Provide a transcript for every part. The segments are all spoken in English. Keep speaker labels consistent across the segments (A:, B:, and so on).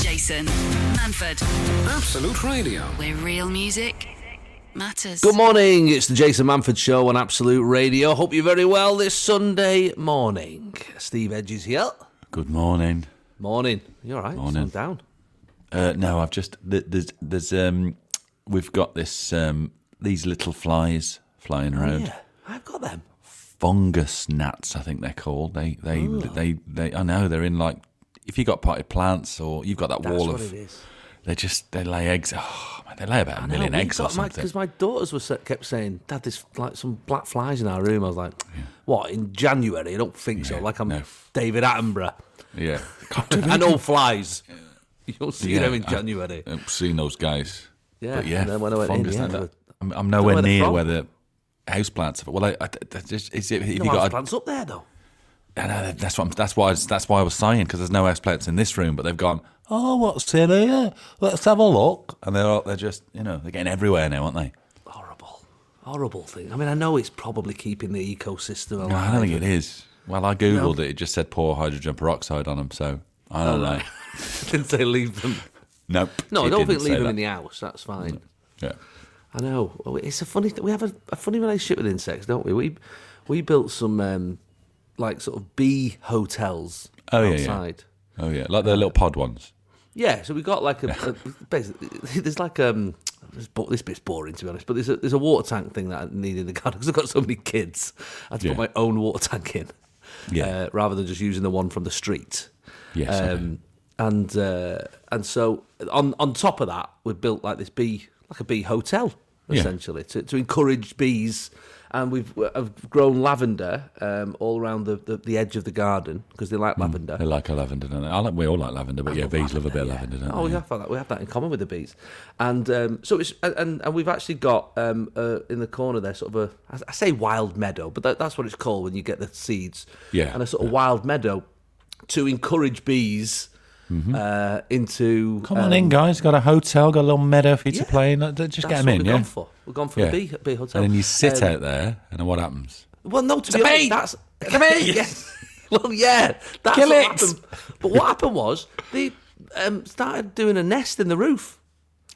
A: Jason Manford,
B: Absolute Radio.
A: where real music matters.
C: Good morning. It's the Jason Manford Show on Absolute Radio. Hope you're very well this Sunday morning. Steve Edges here.
D: Good morning.
C: Morning. You all right?
D: Morning.
C: Sun down.
D: Uh, no, I've just th- there's there's um we've got this um these little flies flying around.
C: Oh, Yeah, I've got them.
D: Fungus gnats, I think they're called. They they
C: Oh.
D: they they. I know they're in like if you got potted plants or you've got that
C: That's
D: wall
C: what
D: of
C: it is.
D: they just they lay eggs. Oh man, they lay about a million eggs or something.
C: Because my daughters were sa- kept saying, "Dad, there's like some black flies in our room." I was like, "What in January? I don't think so."
D: Yeah,
C: Like I'm
D: no.
C: David Attenborough.
D: yeah,
C: I know flies. You'll see
D: Yeah,
C: them in
D: I-
C: January.
D: I've seen those guys.
C: Yeah,
D: but yeah,
C: and then when I went in,
D: fungus
C: yeah,
D: like
C: they
D: that.
C: were-
D: I'm, I'm
C: know where
D: nowhere
C: they're
D: near
C: from.
D: where the house plants. Well, I, I that's just, is it, if
C: no
D: you got a,
C: plants up there though.
D: I know, that- that's what I'm, that's why I was- that's why I was saying because there's no houseplants in this room, but they've gone. Oh, what's in here? Let's have a look. And they're all- they're just you know they're getting everywhere now, aren't they?
C: Horrible, horrible thing. I mean, I know it's probably keeping the ecosystem alive.
D: No, I don't think it is. Well, I googled it. It just said poor hydrogen peroxide on them, so I don't know.
C: didn't say leave them.
D: Nope.
C: Oh, No,
D: it
C: I don't
D: didn't
C: think leave
D: say
C: them
D: that.
C: in the house. That's fine.
D: Yeah.
C: I know. Well, It's a funny. We have a, a funny relationship with insects, don't we? We we built some um, like sort of bee hotels
D: Oh, yeah, yeah.
C: outside.
D: Oh yeah, like the little pod ones.
C: Yeah, so we got like a, a- basically there's like um this, bo- this bit's boring to be honest, but there's a there's a water tank thing that I need in the garden because I've got so many kids. I had to put
D: Yeah.
C: my own water tank in,
D: Yeah.
C: uh, rather than just using the one from the street.
D: Yes, okay.
C: Um, and uh, and so on on top of that, we built like this bee like a bee hotel
D: Yeah.
C: essentially to, to encourage bees. And we've I've grown lavender um, all around the, the, the edge of the garden because they like lavender.
D: Mm, They like a lavender, don't they? I like, we all like lavender, but yeah, bees love a bit of lavender, don't
C: Oh,
D: they?
C: we have that. We have that in common with the bees, and um, so it's and- and and we've actually got um, uh, in the corner there sort of a I- I say wild meadow, but that, that's what it's called when you get the seeds.
D: Yeah,
C: and a sort of
D: yeah.
C: wild meadow to encourage bees
D: Mm-hmm.
C: uh, into.
D: Come on in, guys. Got a hotel, got a little meadow for you to
C: um, yeah.
D: play in. Like, Just get
C: That's
D: them
C: what
D: in,
C: we're
D: yeah.
C: gone for. We're gone for
D: Yeah.
C: the bee, bee hotel.
D: And then you sit
C: Um,
D: out there, and then what happens?
C: Well, no, to be
D: a
C: honest,
D: bee.
C: that's
D: It's a bee.
C: yes. Well, yeah, that's
D: Kill
C: what
D: it.
C: happened. But what happened was they um, started doing a nest in the roof.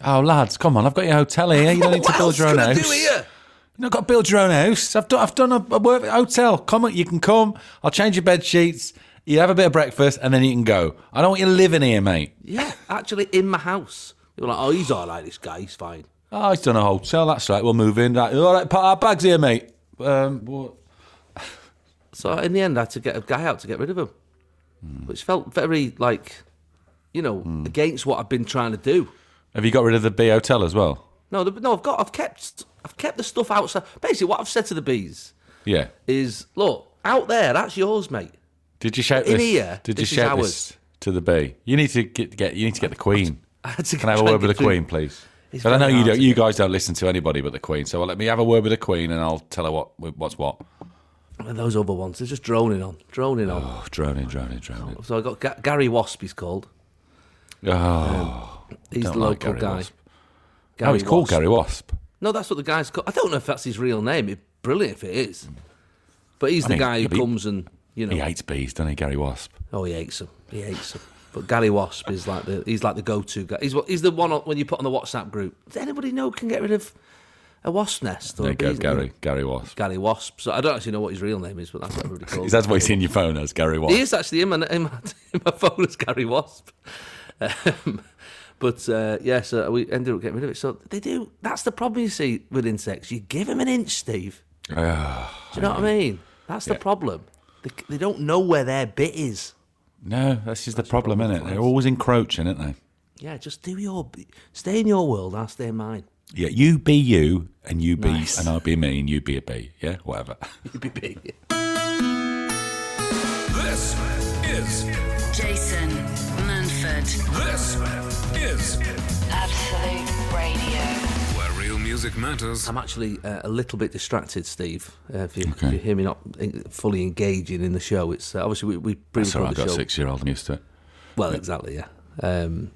D: Oh, lads, come on! I've got your hotel here. You don't need to
C: What
D: build
C: else
D: your own
C: can I
D: house.
C: do here?
D: You've not got to build your own house. I've done. I've done a, a work hotel. Come on, you can come. I'll change your bed sheets. You have a bit of breakfast, and then you can go. I don't want you living here, mate.
C: Yeah, actually, in my house. They were like, oh, he's all right, this guy, he's fine.
D: Oh, he's done a hotel. That's right. We'll move in. Right. All right, put our bags here, mate. Um, what?
C: So in the end, I had to get a guy out to get rid of him,
D: Hmm.
C: which felt very, like, you know, against what I've been trying to do.
D: Have you got rid of the B hotel as well?
C: No, the, no, I've got, I've kept, I've kept the stuff outside. Basically, what I've said to the bees
D: Yeah.
C: is, look, out there, that's yours, mate.
D: Did you shout
C: In
D: this?
C: here,
D: Did you
C: this is
D: shout
C: ours.
D: this to the B? You need to get, get you need to get the Queen.
C: I had to
D: Can I have a
C: try
D: word
C: and
D: with the
C: get
D: Queen,
C: through-
D: please?
C: It's
D: But I know
C: very
D: you
C: hard
D: don't.
C: to
D: You guys don't listen to anybody but the Queen. So let me have a word with the Queen, and I'll tell her what what's what.
C: And those other ones, they're just droning on, droning on.
D: Oh, droning, droning, droning.
C: So I got Ga- Gary Wasp, he's called.
D: Oh,
C: He's
D: Don't
C: the
D: like
C: local
D: Gary
C: guy.
D: Wasp. oh he's called
C: Wasp.
D: Gary Wasp.
C: No, that's what the guy's called. I don't know if that's his real name. It'd be brilliant if it is. But he's the
D: mean,
C: guy
D: yeah,
C: who
D: but he-
C: comes and, you know.
D: He hates bees, doesn't he, Gary Wasp?
C: Oh, he hates him. He hates him. But Gary Wasp is like the he's like the go-to guy. He's what he's the one on, when you put on the WhatsApp group. Does anybody know can get rid of a wasp nest? Or
D: There
C: a
D: you go,
C: bee's-
D: Gary. Gary Wasp.
C: Gary Wasp. So I don't actually know what his real name is, but that's what everybody calls. him.
D: That's what he's in your phone as, Gary Wasp.
C: He is actually in my, in my, in my phone as Gary Wasp. Um, but uh, yeah, so we ended up getting rid of it. So they do. That's the problem you see with insects. You give them an inch, Steve. Do you know what I mean? That's the
D: Yeah.
C: problem. They, they don't know where their bit is.
D: No, that's just the problem, isn't it? They're always encroaching, aren't they?
C: Yeah, just do your b- stay in your world. I'll stay in mine.
D: Yeah, you be you, and you be,
C: Nice.
D: and I'll be me, and you be a bee. Yeah, whatever.
C: You'd be big.
B: This is
A: Jason Manford,
B: this is
A: Absolute Radio.
B: where real music matters.
C: I'm actually uh, a little bit distracted, Steve. Uh, if, you,
D: Okay.
C: if you hear me not en- fully engaging in the show, it's uh, obviously we we
D: Sorry,
C: pre-record
D: I've
C: the
D: got a
C: show.
D: six year old. I'm used to it.
C: Well, exactly, yeah. Um,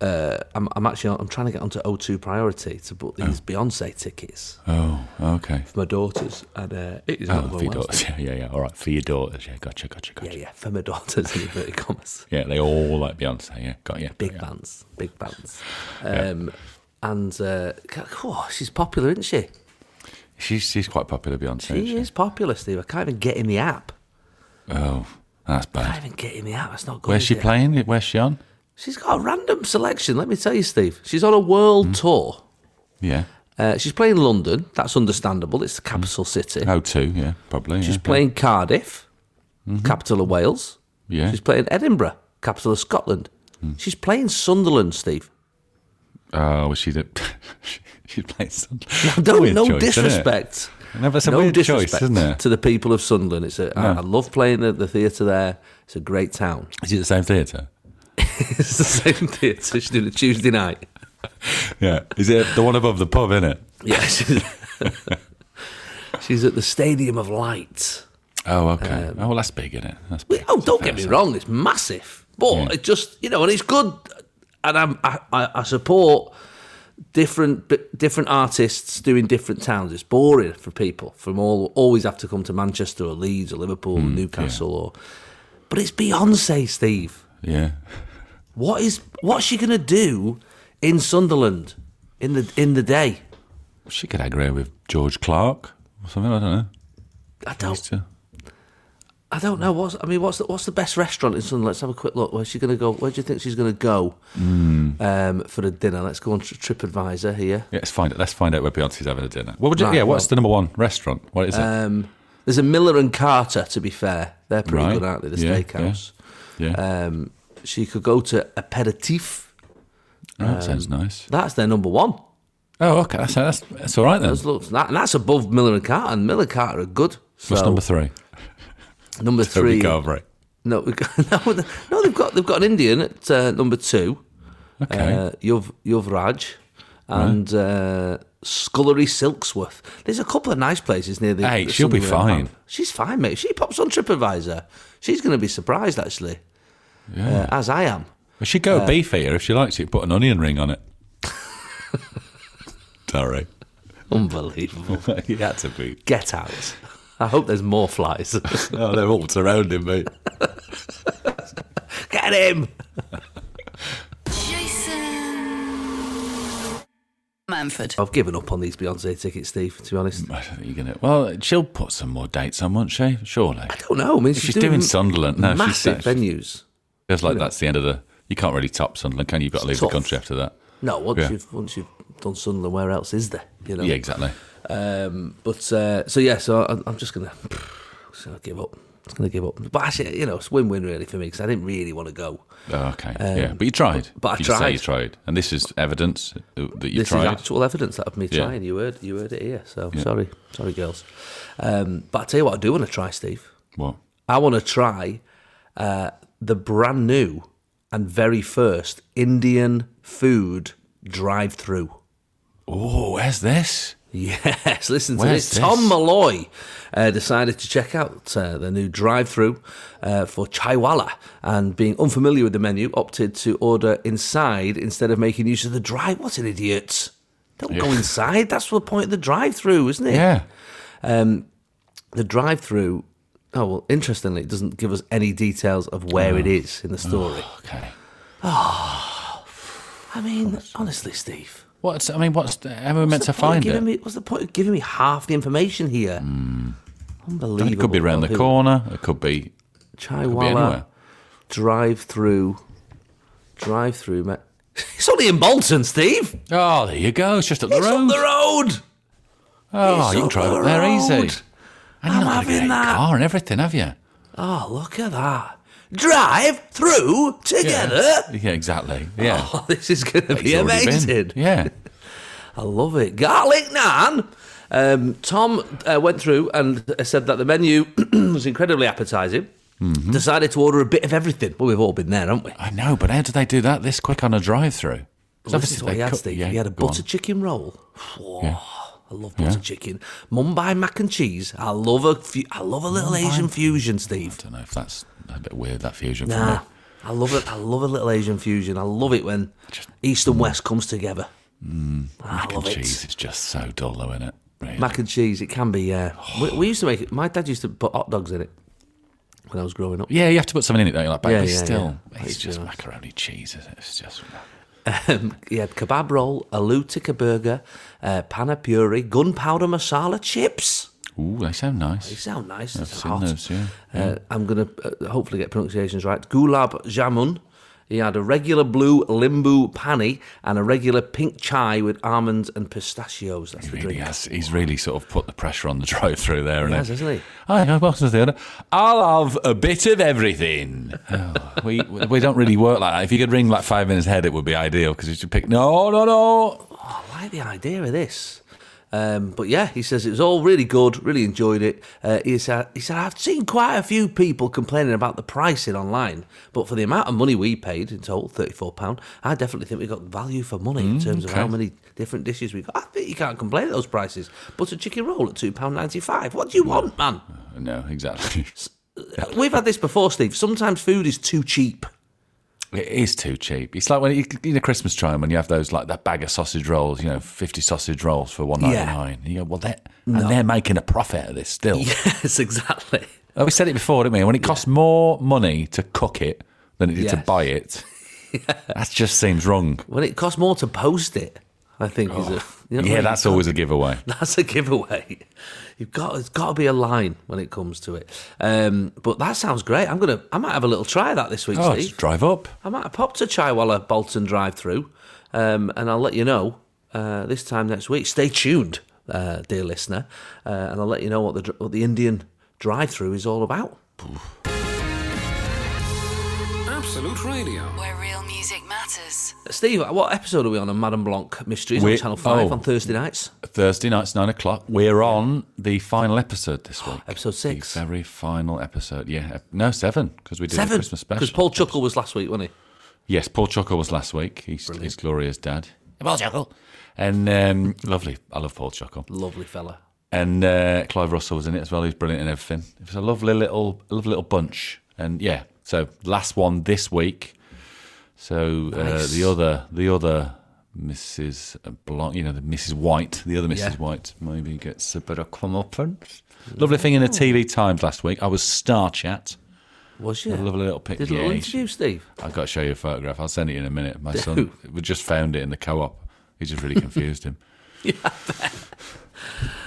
C: uh, I'm, I'm actually on- I'm trying to get onto O2 Priority to book these Beyonce tickets
D: Oh, okay.
C: for my daughters, and uh, it is
D: Oh,
C: not
D: for
C: going
D: your
C: well.
D: daughters. Yeah, yeah, yeah. All right, for your daughters. Yeah, gotcha, gotcha,
C: Yeah,
D: gotcha.
C: yeah, for my daughters in inverted commas.
D: Yeah, they all like Beyonce. Yeah, got you.
C: Big bands, big bands. Um, And uh, c- oh, she's popular, isn't she?
D: She's she's quite popular, Beyonce.
C: She
D: isn't she?
C: is popular, Steve. I can't even get in the app.
D: Oh, that's
C: I
D: bad.
C: can't even get in the app. That's not good.
D: Where's
C: is
D: she
C: it?
D: playing? Where's she on?
C: She's got a random selection. Let me tell you, Steve. She's on a world
D: Hmm.
C: tour.
D: Yeah.
C: Uh, she's playing London. That's understandable. It's the capital city.
D: Oh, two. Yeah, probably.
C: She's playing Cardiff, capital of Wales.
D: Mm-hmm. Yeah. Hmm.
C: She's playing Edinburgh, capital of Scotland. She's playing Sunderland, Steve.
D: Oh, was she the? she's playing some.
C: No,
D: Weird
C: no
D: choice, isn't it?
C: disrespect.
D: Never- it's a
C: no
D: weird choice,
C: disrespect
D: isn't it?
C: To the people of Sunderland, it's a I I
D: No.
C: love playing at the theatre there. It's a great town.
D: Is it the same theatre?
C: It's the same theatre. She's doing it Tuesday night.
D: Yeah. Is it the one above the pub? In it.
C: Yeah, she's, she's at the Stadium of Light.
D: Oh, okay.
C: Um,
D: oh, well, that's big, isn't it? That's big.
C: Oh, don't get me wrong, it's massive, but
D: Yeah.
C: it just you know, and it's good, and I'm, I, I I support different b- different artists doing different towns. It's boring for people from all always have to come to Manchester or Leeds or Liverpool or Newcastle or, but it's Beyonce, Steve.
D: Yeah.
C: What is what's she gonna do in Sunderland in the in the day?
D: She could agree with George Clark or something. I don't know.
C: I don't.
D: Used to-
C: I don't know. What's I mean? What's the, what's the best restaurant in Sunderland? Let's have a quick look. Where's she going to go? Where do you think she's going to go
D: Hmm.
C: um, for a dinner? Let's go on Tri- TripAdvisor here.
D: Yeah, let's find it. Let's find out where Beyonce's having a dinner. What would you?
C: Right,
D: yeah. What's
C: well-
D: the number one restaurant? What is it?
C: Um, there's a Miller and Carter. To be fair, they're pretty
D: Right.
C: good, aren't they? The
D: Yeah, yeah.
C: steakhouse.
D: yeah.
C: Um, she could go to Aperitif.
D: Oh, that sounds nice.
C: That's their number one.
D: Oh, okay. That's that's, that's all right then.
C: That's, looks, that, and that's above Miller and Carter. And Miller and Carter are good. So
D: What's number three?
C: number
D: Toby
C: three.
D: Carvery.
C: No, we've got, no, the- no, they've got they've got an Indian at uh, number two,
D: Okay.
C: uh, Yuv Yuvraj, and uh, Scullery Silksworth. There's a couple of nice places near the.
D: Hey,
C: the
D: she'll be
C: Sunderland
D: fine.
C: Pub. She's fine, mate. If She pops on TripAdvisor. She's going to be surprised, actually, uh, as I am.
D: Well, she'd go beef eater if she likes it. Put an onion ring on it. Sorry,
C: Unbelievable.
D: you had to be.
C: Get out. I hope there's more flies.
D: Oh, they're all surrounding me.
C: Get him.
A: Jason Manford.
C: I've given up on these Beyonce tickets, Steve. To be honest,
D: I don't think you're gonna. Well, she'll put some more dates on, won't she? Surely.
C: I don't know. I mean, she's,
D: She's doing Sunderland. No, she's-
C: massive
D: she's-
C: venues.
D: Feels like that's the end of the. You can't really top Sunderland, can you? You've got to leave
C: It's
D: the
C: tough.
D: country after that.
C: No, once
D: Yeah.
C: you've once you've done Sunderland, where else is there? You know.
D: Yeah, exactly.
C: Um, but uh, so yeah, so I, I'm just gonna, just gonna give up. Just gonna give up. But actually, you know, it's win-win really for me because I didn't really want to go.
D: Oh, okay. yeah, but you tried.
C: Um, but I
D: you just say
C: tried.
D: you tried, and this is evidence that you
C: this
D: tried.
C: is actual evidence that of me
D: Yeah.
C: trying. You heard, you heard it here. So sorry, sorry, girls. Um, but I tell you what, I do want to try, Steve.
D: what?
C: I want to try uh, the brand new and very first Indian food drive-through.
D: Oh, where's this?
C: Yes, listen to
D: Where's
C: this.
D: this?
C: Tom Malloy uh, decided to check out uh, the new drive-through uh, for Chaiwala, and being unfamiliar with the menu, opted to order inside instead of making use of the drive. What an idiot! Don't go
D: Yeah.
C: inside. That's the point of the drive-through, isn't it?
D: Yeah.
C: The drive-through. Oh well, interestingly, it doesn't give us any details of where it is in the story.
D: Okay.
C: I mean, honestly, Steve,
D: What's? I mean, what's? Am I meant
C: what's the
D: to
C: point of
D: find it? Hmm.
C: giving me- what's the point of giving me half the information here? Unbelievable.
D: It could be round the
C: Who-
D: corner. It could be
C: Chaiwala
D: anywhere.
C: drive through. Drive through, mate. It's only in Bolton, Steve.
D: Oh, there you go. It's just up the
C: It's
D: road.
C: up the road.
D: oh,
C: It's
D: you can
C: up
D: drive
C: the
D: up there
C: road.
D: easy. And
C: I'm
D: you're not gonna get
C: having
D: a
C: that.
D: car and everything, have you?
C: Oh, look at that. Drive through together.
D: Yeah, exactly. Yeah.
C: Oh, this is going to
D: It's
C: be
D: already been.
C: amazing.
D: Yeah.
C: I love it. Garlic naan. Um, Tom uh, went through and uh, said that the menu was incredibly appetizing.
D: Mm-hmm.
C: Decided to order a bit of everything. Well, we've all been there, haven't we?
D: I know, but how did they do that this quick on a drive-through?
C: Well, This is what he had, Steve. he had a butter chicken roll. Whoa,
D: Yeah.
C: I love butter
D: Yeah.
C: chicken. Mumbai mac and cheese. I love a, fu- I love a little Asian fusion, Steve.
D: I don't know if that's a bit weird that fusion. For
C: Nah,
D: me.
C: I love it. I love a little Asian fusion. I love it when East
D: mm.
C: and West comes together. I love it.
D: Cheese is just so dull, though, isn't it? Really.
C: Mac and cheese. It can be. Uh, we, we used to make it. My dad used to put hot dogs in it when I was growing up.
D: yeah, you have to put something in it, don't you? Like, but
C: Yeah,
D: it's
C: yeah,
D: still,
C: yeah.
D: it's
C: It's
D: just
C: nice.
D: macaroni cheese, isn't it? It's just.
C: Um, he had kebab roll, aloo tikka burger, uh, panna puri, gunpowder masala chips.
D: Ooh, they sound
C: They
D: nice.
C: sound nice.
D: I've
C: it's
D: seen
C: hot.
D: those, yeah.
C: Uh, I'm going to uh, hopefully get pronunciations right. Gulab jamun. He had a regular blue limbu pani and a regular pink chai with almonds and pistachios. That's the
D: Really
C: drink.
D: has. He's really sort of put the pressure on the drive-through there,
C: He
D: and
C: has, hasn't he?
D: Hi, guys, welcome to the theatre. I'll have a bit of everything. Oh, we we don't really work like that. If you could ring like five minutes ahead, it would be ideal because you should pick. No, no, no.
C: I like the idea of this. Um, but yeah, he says it was all really good, really enjoyed it. Uh, he, said, he said, I've seen quite a few people complaining about the pricing online, but for the amount of money we paid in total, £34, I definitely think we got value for money in terms of
D: Mm, okay.
C: how many different dishes we got. I think you can't complain at those prices. But a chicken roll at £2.95, what do you want, man?
D: No, exactly.
C: We've had this before, Steve. Sometimes food is too cheap.
D: It is too cheap. It's like when you you know Christmas time when you have those like that bag of sausage rolls, you know, fifty sausage rolls for one ninety nine. You go, well, they and they're making a profit at this still.
C: Yes, exactly.
D: Oh, we said it before, didn't we? When it costs more money to cook it than it did to
C: Yes.
D: buy it, that just seems wrong.
C: When it costs more to post it, I think is a. you know,
D: yeah,
C: when
D: that's
C: you-
D: always a giveaway.
C: That's a giveaway. You've got it's got to be a line when it comes to it. Um, but that sounds great. I'm gonna I might have a little try of that this week,
D: Oh, just
C: Steve.
D: drive up.
C: I might have popped a Chaiwala Bolton drive through, um, and I'll let you know uh, this time next week. Stay tuned, uh, dear listener, uh, and I'll let you know what the dr- what the Indian drive through is all about.
B: Absolute Radio.
A: Where real music matters.
C: Steve, what episode are we on of Madame Blanc Mysteries
D: We're-
C: on Channel Five
D: oh.
C: on Thursday nights?
D: Thursday nights, nine o'clock. We're on the final episode this week.
C: Episode six.
D: The very final episode. Yeah, ep- no seven because we did a
C: Seven,
D: Christmas special.
C: because Paul Chuckle was last week, wasn't he?
D: Yes, Paul Chuckle was last week. He's, he's Gloria's dad. Paul Chuckle. And um, lovely. I love Paul Chuckle.
C: Lovely fella.
D: And uh, Clive Russell was in it as well. He was brilliant in everything. It was a lovely little, a lovely little bunch. And yeah, so last one this week. So
C: Nice.
D: uh, the other, the other Mrs. Blanc, you know, the Mrs. White, the other Mrs.
C: Yeah.
D: White, maybe gets a bit of comeuppance. Lovely thing in the TV Times last week. I was Star Chat.
C: Was you?
D: A lovely little picture.
C: Did a little interview, Steve.
D: I've got to show you a photograph. I'll send it in a minute. My son we just found it in the co-op. It just really confused him.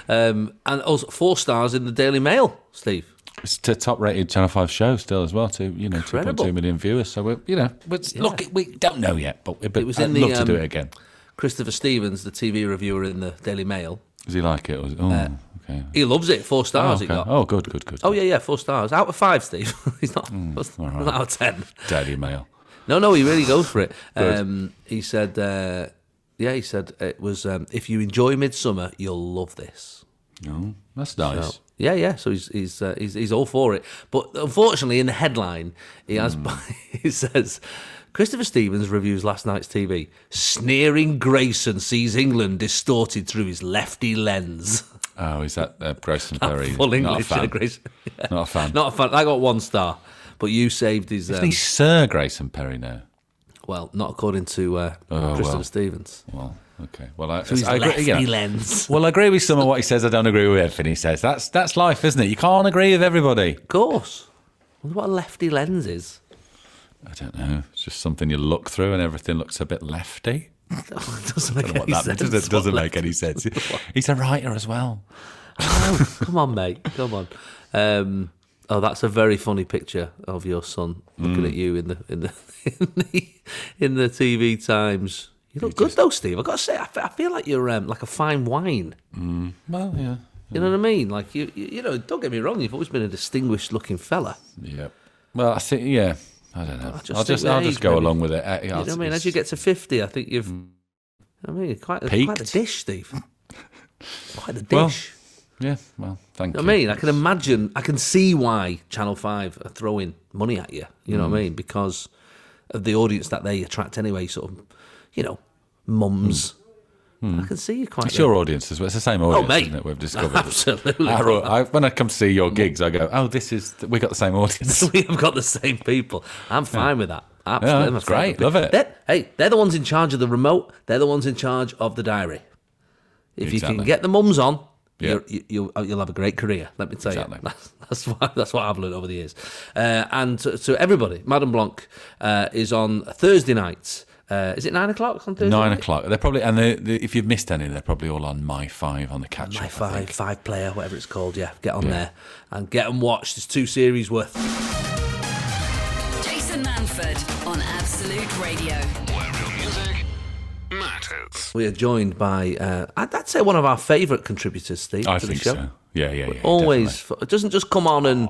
C: Um, and also four stars in the Daily Mail, Steve.
D: It's a top-rated Channel Five show still as well. To you know, two point
C: Incredible.
D: two million viewers. So we're you know, we're, look, we don't know yet, but it,
C: was
D: I'd
C: in the,
D: love to do
C: um,
D: it again.
C: Christopher Stevens, the TV reviewer in the Daily Mail,
D: Does he like it? Or, oh, okay.
C: uh, he loves it. Four
D: Oh,
C: stars
D: okay.
C: he got.
D: oh, good, good, good.
C: Oh yeah, yeah, four stars out of five, Steve. He's not that's
D: all right.
C: not out of ten.
D: Daily Mail.
C: No, no, he really goes for it.
D: Good.
C: Um, he said, uh, yeah, he said it was. Um, if you enjoy Midsummer, you'll love this.
D: No, Oh, that's nice.
C: So, yeah, yeah. So he's he's, uh, he's he's all for it, but unfortunately, in the headline, he has
D: Hmm.
C: he says. Christopher Stevens reviews last night's TV. Sneering Grayson sees England distorted through his lefty lens.
D: Oh, is that uh, Grayson Perry?
C: Full
D: Not a
C: English, yeah,
D: fan.
C: Grayson.
D: Not a fan.
C: Not a fan. I got one star, but you saved his.
D: Isn't
C: Um,
D: he Sir Grayson Perry now?
C: well, not according to uh,
D: Oh,
C: Christopher
D: well.
C: Stevens.
D: Well, okay. Well, I,
C: Through his
D: I agree,
C: lefty
D: you know.
C: lens.
D: Well, I agree with some of what he says. I don't agree with everything he says. That's that's life, isn't it? You can't agree with everybody.
C: Of course. Wonder what a lefty lens is.
D: I don't know. It's just something you look through, and everything looks a bit lefty.
C: doesn't make
D: I don't know
C: any
D: what that
C: sense.
D: means. It doesn't
C: What
D: make any sense. He's a writer as well.
C: Oh, come on, mate. Come on. Um, oh, that's a very funny picture of your son looking
D: Hmm.
C: at you in the in the in the, in the TV Times. You look good though, Steve. I got to say, I fe- I feel like you're um, like a fine wine.
D: Well, yeah,
C: You
D: Hmm.
C: know what I mean? Like you, you, you know. Don't get me wrong. You've always been a distinguished looking fella.
D: yeah. Well, I think yeah. I don't know.
C: just
D: I'll
C: think
D: just
C: with
D: I'll just
C: age,
D: go
C: maybe.
D: along with it. Uh, I,
C: You know what I mean? As you get to fifty, I think you've. I mean, you're quite a, quite a
D: Hmm. Peaked.
C: dish, Steve. Quite a dish.
D: Well, yeah. Well, thank
C: You know
D: you.
C: what I mean, I can imagine, I can see why Channel 5 are throwing money at you. You know
D: Hmm.
C: what I mean? Because of the audience that they attract anyway, sort of, you know, mums, I can see you quite.
D: Hmm. It's your audience as well. It's the same audience
C: Oh, mate. Mm.
D: isn't it, we've discovered.
C: Absolutely.
D: Our au- I, when I come to see your gigs, I go, oh, this is, we got the same audience.
C: we have got the same people. I'm fine with that. Absolutely,
D: Yeah,
C: I'm
D: it's
C: fine
D: great.
C: with
D: Love it.
C: They're- hey, they're the ones in charge of the remote. They're the ones in charge of the diary. If you
D: Exactly.
C: can get the mums on,
D: Yeah.
C: you're, you, you'll, oh, you'll have a great career. Let me tell
D: Exactly.
C: you. That's, that's what that's what I've learned over the years. Uh, and to, to everybody, Madame Blanc uh, is on Thursday nights. Uh, is it nine o'clock on Thursday?
D: Nine
C: night?
D: o'clock. They're probably, and they, they, if you've missed any, they're probably all on My Five on the catch
C: My
D: up. I
C: five,
D: think.
C: five player, whatever it's called. Yeah, get on
D: Yeah.
C: there and get them watched. There's two series worth.
A: Jason Manford on Absolute Radio.
B: Where real music matters.
C: We are joined by, uh, I'd I'd say, one of our favourite contributors, Steve,
D: I
C: to
D: think
C: the show.
D: so. Yeah, yeah, yeah.
C: Always,
D: definitely.
C: f- it doesn't just come on and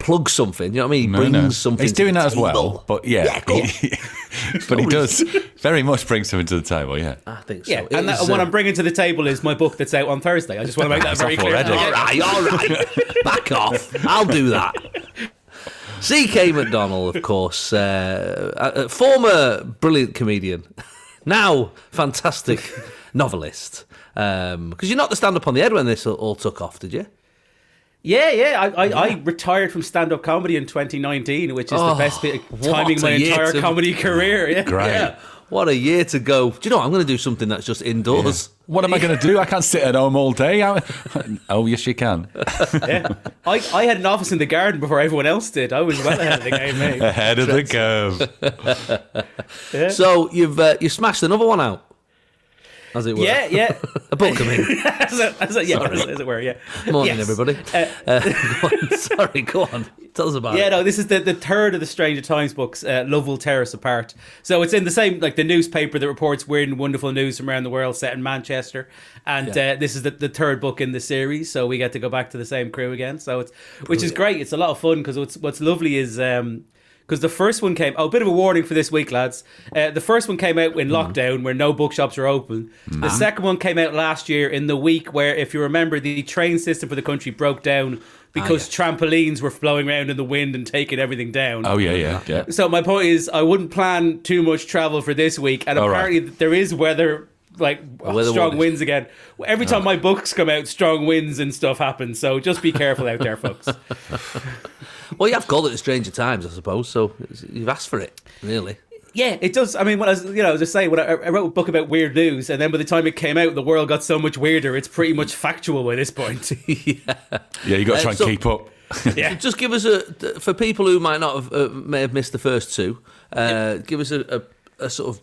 C: plug something. You know what I mean? He brings
D: No, no.
C: something.
D: He's
C: to
D: doing
C: the
D: that as well,
C: table.
D: but yeah,
C: yeah, go on.
D: but
C: Sorry.
D: he does very much bring something to the table. Yeah,
C: I think so.
E: Yeah,
C: It
E: and, that,
C: is,
E: what
C: uh,
E: I'm bringing to the table is my book that's out on Thursday. I just want to make that
D: It's
E: very
D: off
E: clear.
D: already.
C: All right, all right. Back off. I'll do that. CK McDonald, of course, uh, a, a former brilliant comedian, now fantastic novelist. Um, Because you knocked the stand up on the head when this all, all took off, did you?
E: Yeah, yeah. I, I, I retired from stand up comedy in 2019, which is
C: Oh,
E: the best bit of
C: what
E: timing my
C: a year
E: entire
C: to-
E: comedy career. Yeah.
D: Great.
E: Yeah.
C: What a year to go. Do you know what? I'm going to do something that's just indoors.
D: What am I going to do? I can't sit at home all day. I- oh, yes, you can.
E: yeah. I, I had an office in the garden before everyone else did. I was well ahead of the game, mate.
D: Ahead of the curve.
C: So you've uh, you smashed another one out, as it were.
E: Yeah, yeah.
C: a book. I mean,
E: as, it- as it- yeah as, as it were, yeah.
C: morning
E: Yes.
C: everybody. Uh, go on. Sorry, go on. Tell us about
E: Yeah,
C: it.
E: no, this is the, the third of the Stranger Times books, uh, Love Will Tear Us Apart. So it's in the same, like the newspaper that reports weird and wonderful news from around the world set in Manchester. And uh, this is the, the third book in the series. So we get to go back to the same crew again. So it's, which is great. It's a lot of fun because what's, what's lovely is, um, because the first one came. Oh, a bit of a warning for this week, lads. Uh, the first one came out
D: Hmm.
E: in lockdown, where no bookshops were open. The second one came out last year in the week where, if you remember, the train system for the country broke
D: Ah,
E: down because trampolines were blowing around in the wind and taking everything down.
D: Oh, yeah, yeah, yeah.
E: So my point is, I wouldn't plan too much travel for this week, and
D: All right.
E: apparently there is weather. Like
C: weather
E: strong
C: warning.
E: winds again. Every time my books come out, strong winds and stuff happens. So just be careful out there, folks.
C: Well, you have called it a Stranger Times, I suppose. So it's- you've asked for it, really.
E: Yeah, it does. I mean, when I was, you know, I was just saying, when I, I wrote a book about weird news, and then by the time it came out, the world got so much weirder. It's pretty much factual by this point.
D: Yeah, you got to
C: Uh,
D: try and
C: so-
D: keep up.
E: yeah,
C: Just give us a for people who might not have uh, may have missed the first two. Uh, Give us a, a, a sort of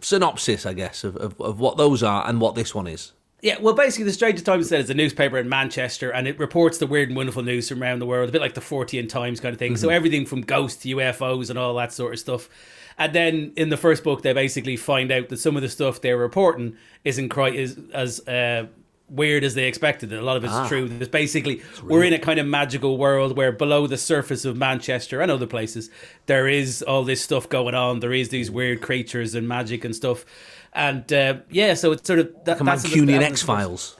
C: synopsis, I guess, of, of, of what those are and what this one is.
E: yeah. Well, basically, the Stranger Times said is a newspaper in Manchester, and it reports the weird and wonderful news from around the world, a bit like the 14 Times kind of thing. So everything from ghosts to UFOs and all that sort of stuff. And then in the first book, they basically find out that some of the stuff they're reporting isn't quite as as uh, weird as they expected. and A lot of it's true. There's basically we're in a kind of magical world where below the surface of Manchester and other places there is all this stuff going on. There is these weird creatures and magic and stuff. And uh, yeah, so it's sort of that,
C: The
E: that's
C: Mancunian
E: that-
C: X Files.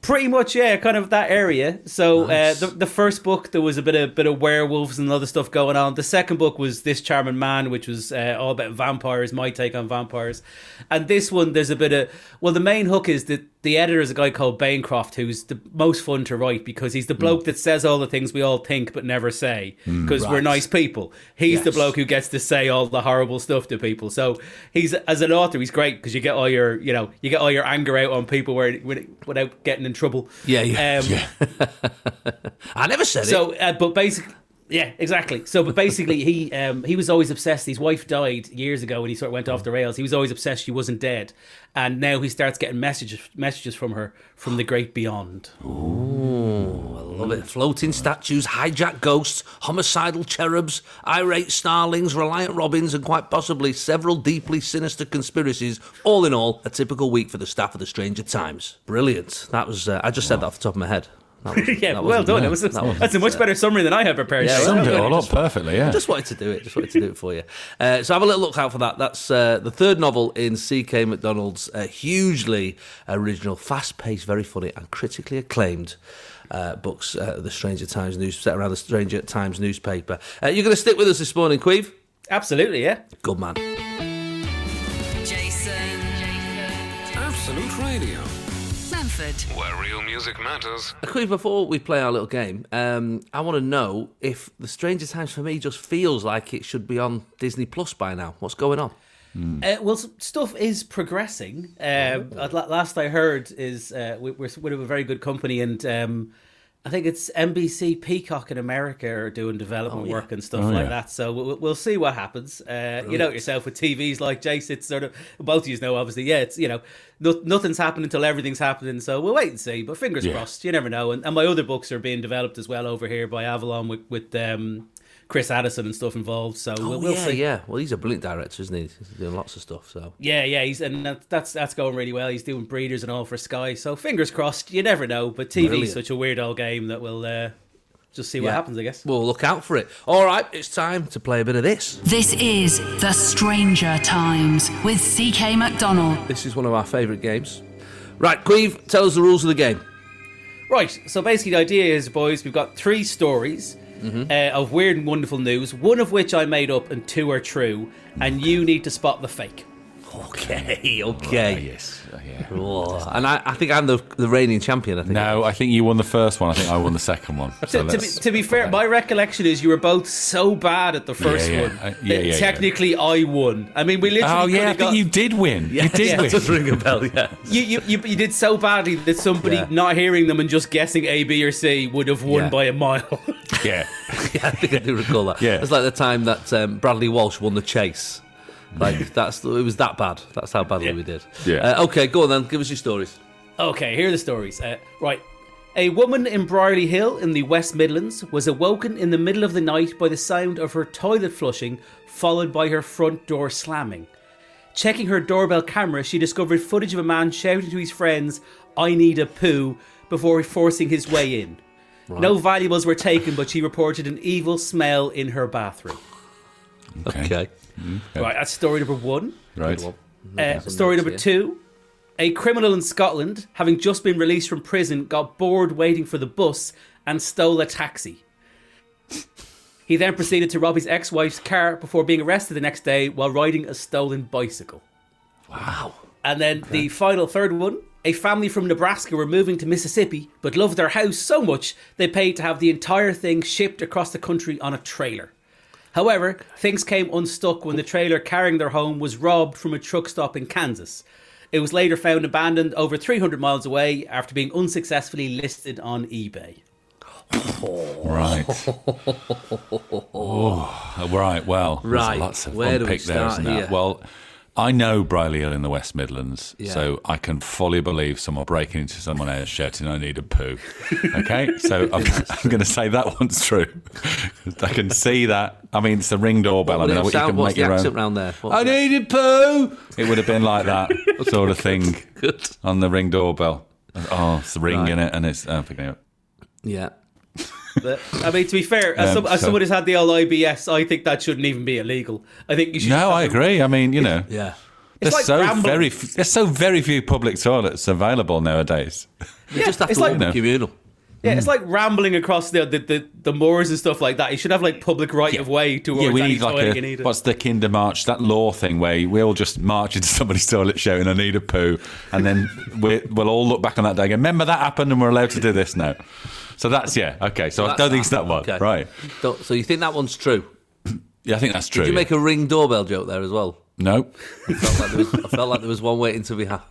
E: pretty much yeah, kind of that area. So uh, the the first book there was a bit of bit of werewolves and other stuff going on. The second book was this charming man, which was uh, all about vampires, my take on vampires. And this one there's a bit of well, the main hook is that the editor is a guy called Bancroft, who's the most fun to write because he's the bloke that says all the things we all think but never say because we're nice people. He's the
C: Yes.
E: bloke who gets to say all the horrible stuff to people. So he's as an author, he's great because you get all your you know you get all your anger out on people where, without getting in trouble.
C: Yeah, yeah,
E: Um,
C: I never said it.
E: so, uh, but basically, yeah, exactly. So, but basically, he um, he was always obsessed. His wife died years ago, and he sort of went off the rails. He was always obsessed she wasn't dead, and now he starts getting messages messages from her from the great beyond.
C: Love it. Floating statues, hijacked ghosts, homicidal cherubs, irate starlings, reliant robins, and quite possibly several deeply sinister conspiracies. All in all, a typical week for the staff of the Stranger Times. Brilliant. That was. Uh, I just said that off the top of my head. That was,
E: Yeah,
C: that
E: well
C: wasn't-
E: done. That was,
C: that wasn't-
E: that's a much better summary than I have prepared.
C: Yeah,
E: Jay.
D: Summed it
E: Well
D: all
E: done.
D: up perfectly, yeah.
C: Just wanted to do it. Just wanted to do it for you. Uh, so have a little look out for that. That's uh, the third novel in C.K. McDonald's uh, hugely original, fast-paced, very funny, and critically acclaimed uh, books. Uh, the Stranger Times news set around the Stranger Times newspaper. Uh, you're going to stick with us this morning, Queeve. Uh,
E: Absolutely, yeah.
C: Good man.
A: Jason. Jason.
B: Absolute. Absolute Radio,
A: Manford.
B: where real music matters.
C: A quick before we play our little game, um, I want to know if The Stranger Times for me just feels like it should be on Disney Plus by now. What's going on?
D: Hmm.
E: Uh, well, s- stuff is progressing.
D: Oh.
E: Um, at la- last I heard is uh, we, we're we're with a very good company, and um, I think it's NBC Peacock in America are doing development work and stuff
D: Oh,
E: like
D: yeah.
E: that. So we'll, we'll see what happens. Uh, you know it yourself with TVs like Jace, it's sort of both of you know obviously. Yeah, it's you know no, nothing's happening until everything's happening. So we'll wait and see. But fingers
D: Yeah.
E: crossed. You never know. And, and my other books are being developed as well over here by Avalon with with um, Chris Addison and stuff involved. So
C: Oh,
E: we'll, we'll
C: yeah,
E: see.
C: yeah. Well, he's a brilliant director, isn't he? He's doing lots of stuff. So
E: Yeah, yeah, he's and that, that's that's going really well. He's doing breeders and all for Sky, so fingers crossed. You never know, but TV
C: Brilliant.
E: is such a weird old game that we'll uh, just see what
C: Yeah.
E: happens. I guess.
C: we'll look out for it. All right, it's time to play a bit of this.
A: This is The Stranger Times with CK McDonald.
C: This is one of our favourite games. Right, Queeve, tell us the rules of the game.
E: Right. So basically, the idea is, boys, we've got three stories
D: Mm-hmm.
E: uh, of weird and wonderful news, one of which I made up and two are true, and you need to spot the fake.
C: Okay, okay.
D: yes. Oh, yeah.
C: Whoa. And I, I think I'm the, the reigning champion, I think.
D: No, I think you won the first one. I think I won the second one. So
E: To, to, be,
D: let's-
E: to be fair, my recollection is you were both so bad at the first
D: yeah.
E: one.
D: Uh,
E: that
D: yeah, yeah, yeah.
E: technically, I won. I mean, we literally.
D: Oh
E: could
D: yeah, I
E: have
D: think
E: got...
D: you did win. You did
E: yeah.
D: win.
C: Does ring a bell, yeah.
E: you, you, you, you did so badly that somebody
C: Yeah.
E: not hearing them and just guessing A, B, or C would have won
C: Yeah.
E: by a mile.
D: Yeah.
C: yeah, I think I do recall that.
D: Yeah.
C: It's like the time that um, Bradley Walsh won the chase. Like, that's it was that bad. That's how badly we did.
D: Yeah.
C: Uh, okay, go on then. Give us your stories.
E: okay, here are the stories. Uh, right. A woman in Briarly Hill in the West Midlands was awoken in the middle of the night by the sound of her toilet flushing, followed by her front door slamming. Checking her doorbell camera, she discovered footage of a man shouting to his friends, I need a poo, before forcing his way in. No valuables were taken, but she reported an evil smell in her bathroom.
D: Okay.
C: Okay.
E: Right, that's story number one.
D: Right.
E: Uh, story number two a criminal in Scotland, having just been released from prison, got bored waiting for the bus and stole a taxi. He then proceeded to rob his ex wife's car before being arrested the next day while riding a stolen bicycle.
C: Wow.
E: And then the final third one a family from Nebraska were moving to Mississippi but loved their house so much they paid to have the entire thing shipped across the country on a trailer. However, things came unstuck when the trailer carrying their home was robbed from a truck stop in Kansas. It was later found abandoned over 300 miles away after being unsuccessfully listed on eBay.
D: Right. oh, right. Well, there's
C: Right,
D: Lots of
C: where do we
D: unpick there,
C: start
D: isn't there?
C: here?
D: Well, I know Briley Hill in the West Midlands,
C: Yeah.
D: so I can fully believe someone breaking into someone else's shirt and I need a poo. Okay, so I'm, I'm going to say that one's true. I can see that. I mean, it's the ring doorbell. I
C: What
D: mean,
C: would it
D: you
C: sound-
D: can
C: what's
D: make
C: the
D: your
C: accent
D: own.
C: round there? What's
D: I
C: the-
D: need a poo. It would have been like that sort of thing
C: Good.
D: on the ring doorbell. Oh, it's the ring in it, and it's. I'm picking it up.
C: Yeah.
E: But, I mean, to be fair, as,
D: Um,
E: some, as
D: so-
E: someone who's had the old IBS, I think that shouldn't even be illegal. I think you should.
D: No, I agree. I mean, you know.
C: Yeah.
D: There's
E: like
D: so
E: rambling.
D: very f- there's so very few public toilets available nowadays.
E: Yeah,
C: Just have
E: it's
C: to
E: like
C: like, communal.
E: Yeah, it's like rambling across the the, the the moors and stuff like that. You should have like public right of way towards
D: Yeah, we
E: any
D: need
E: toilet
D: like
E: you
D: a
E: need.
D: what's the Kinder March that law thing where we all just march into somebody's toilet shouting "I need a poo," and then we we'll all look back on that day and go, "Remember that happened, and we're allowed to do this now." So that's yeah okay. So I
C: That's
D: don't think it's that one,
C: Okay.
D: right?
C: Don't- so you think that one's true?
D: Yeah, I think that's true.
C: Did you make a ring doorbell joke there as well?
D: no?
C: I felt like there was, I felt like there was one waiting to be ha-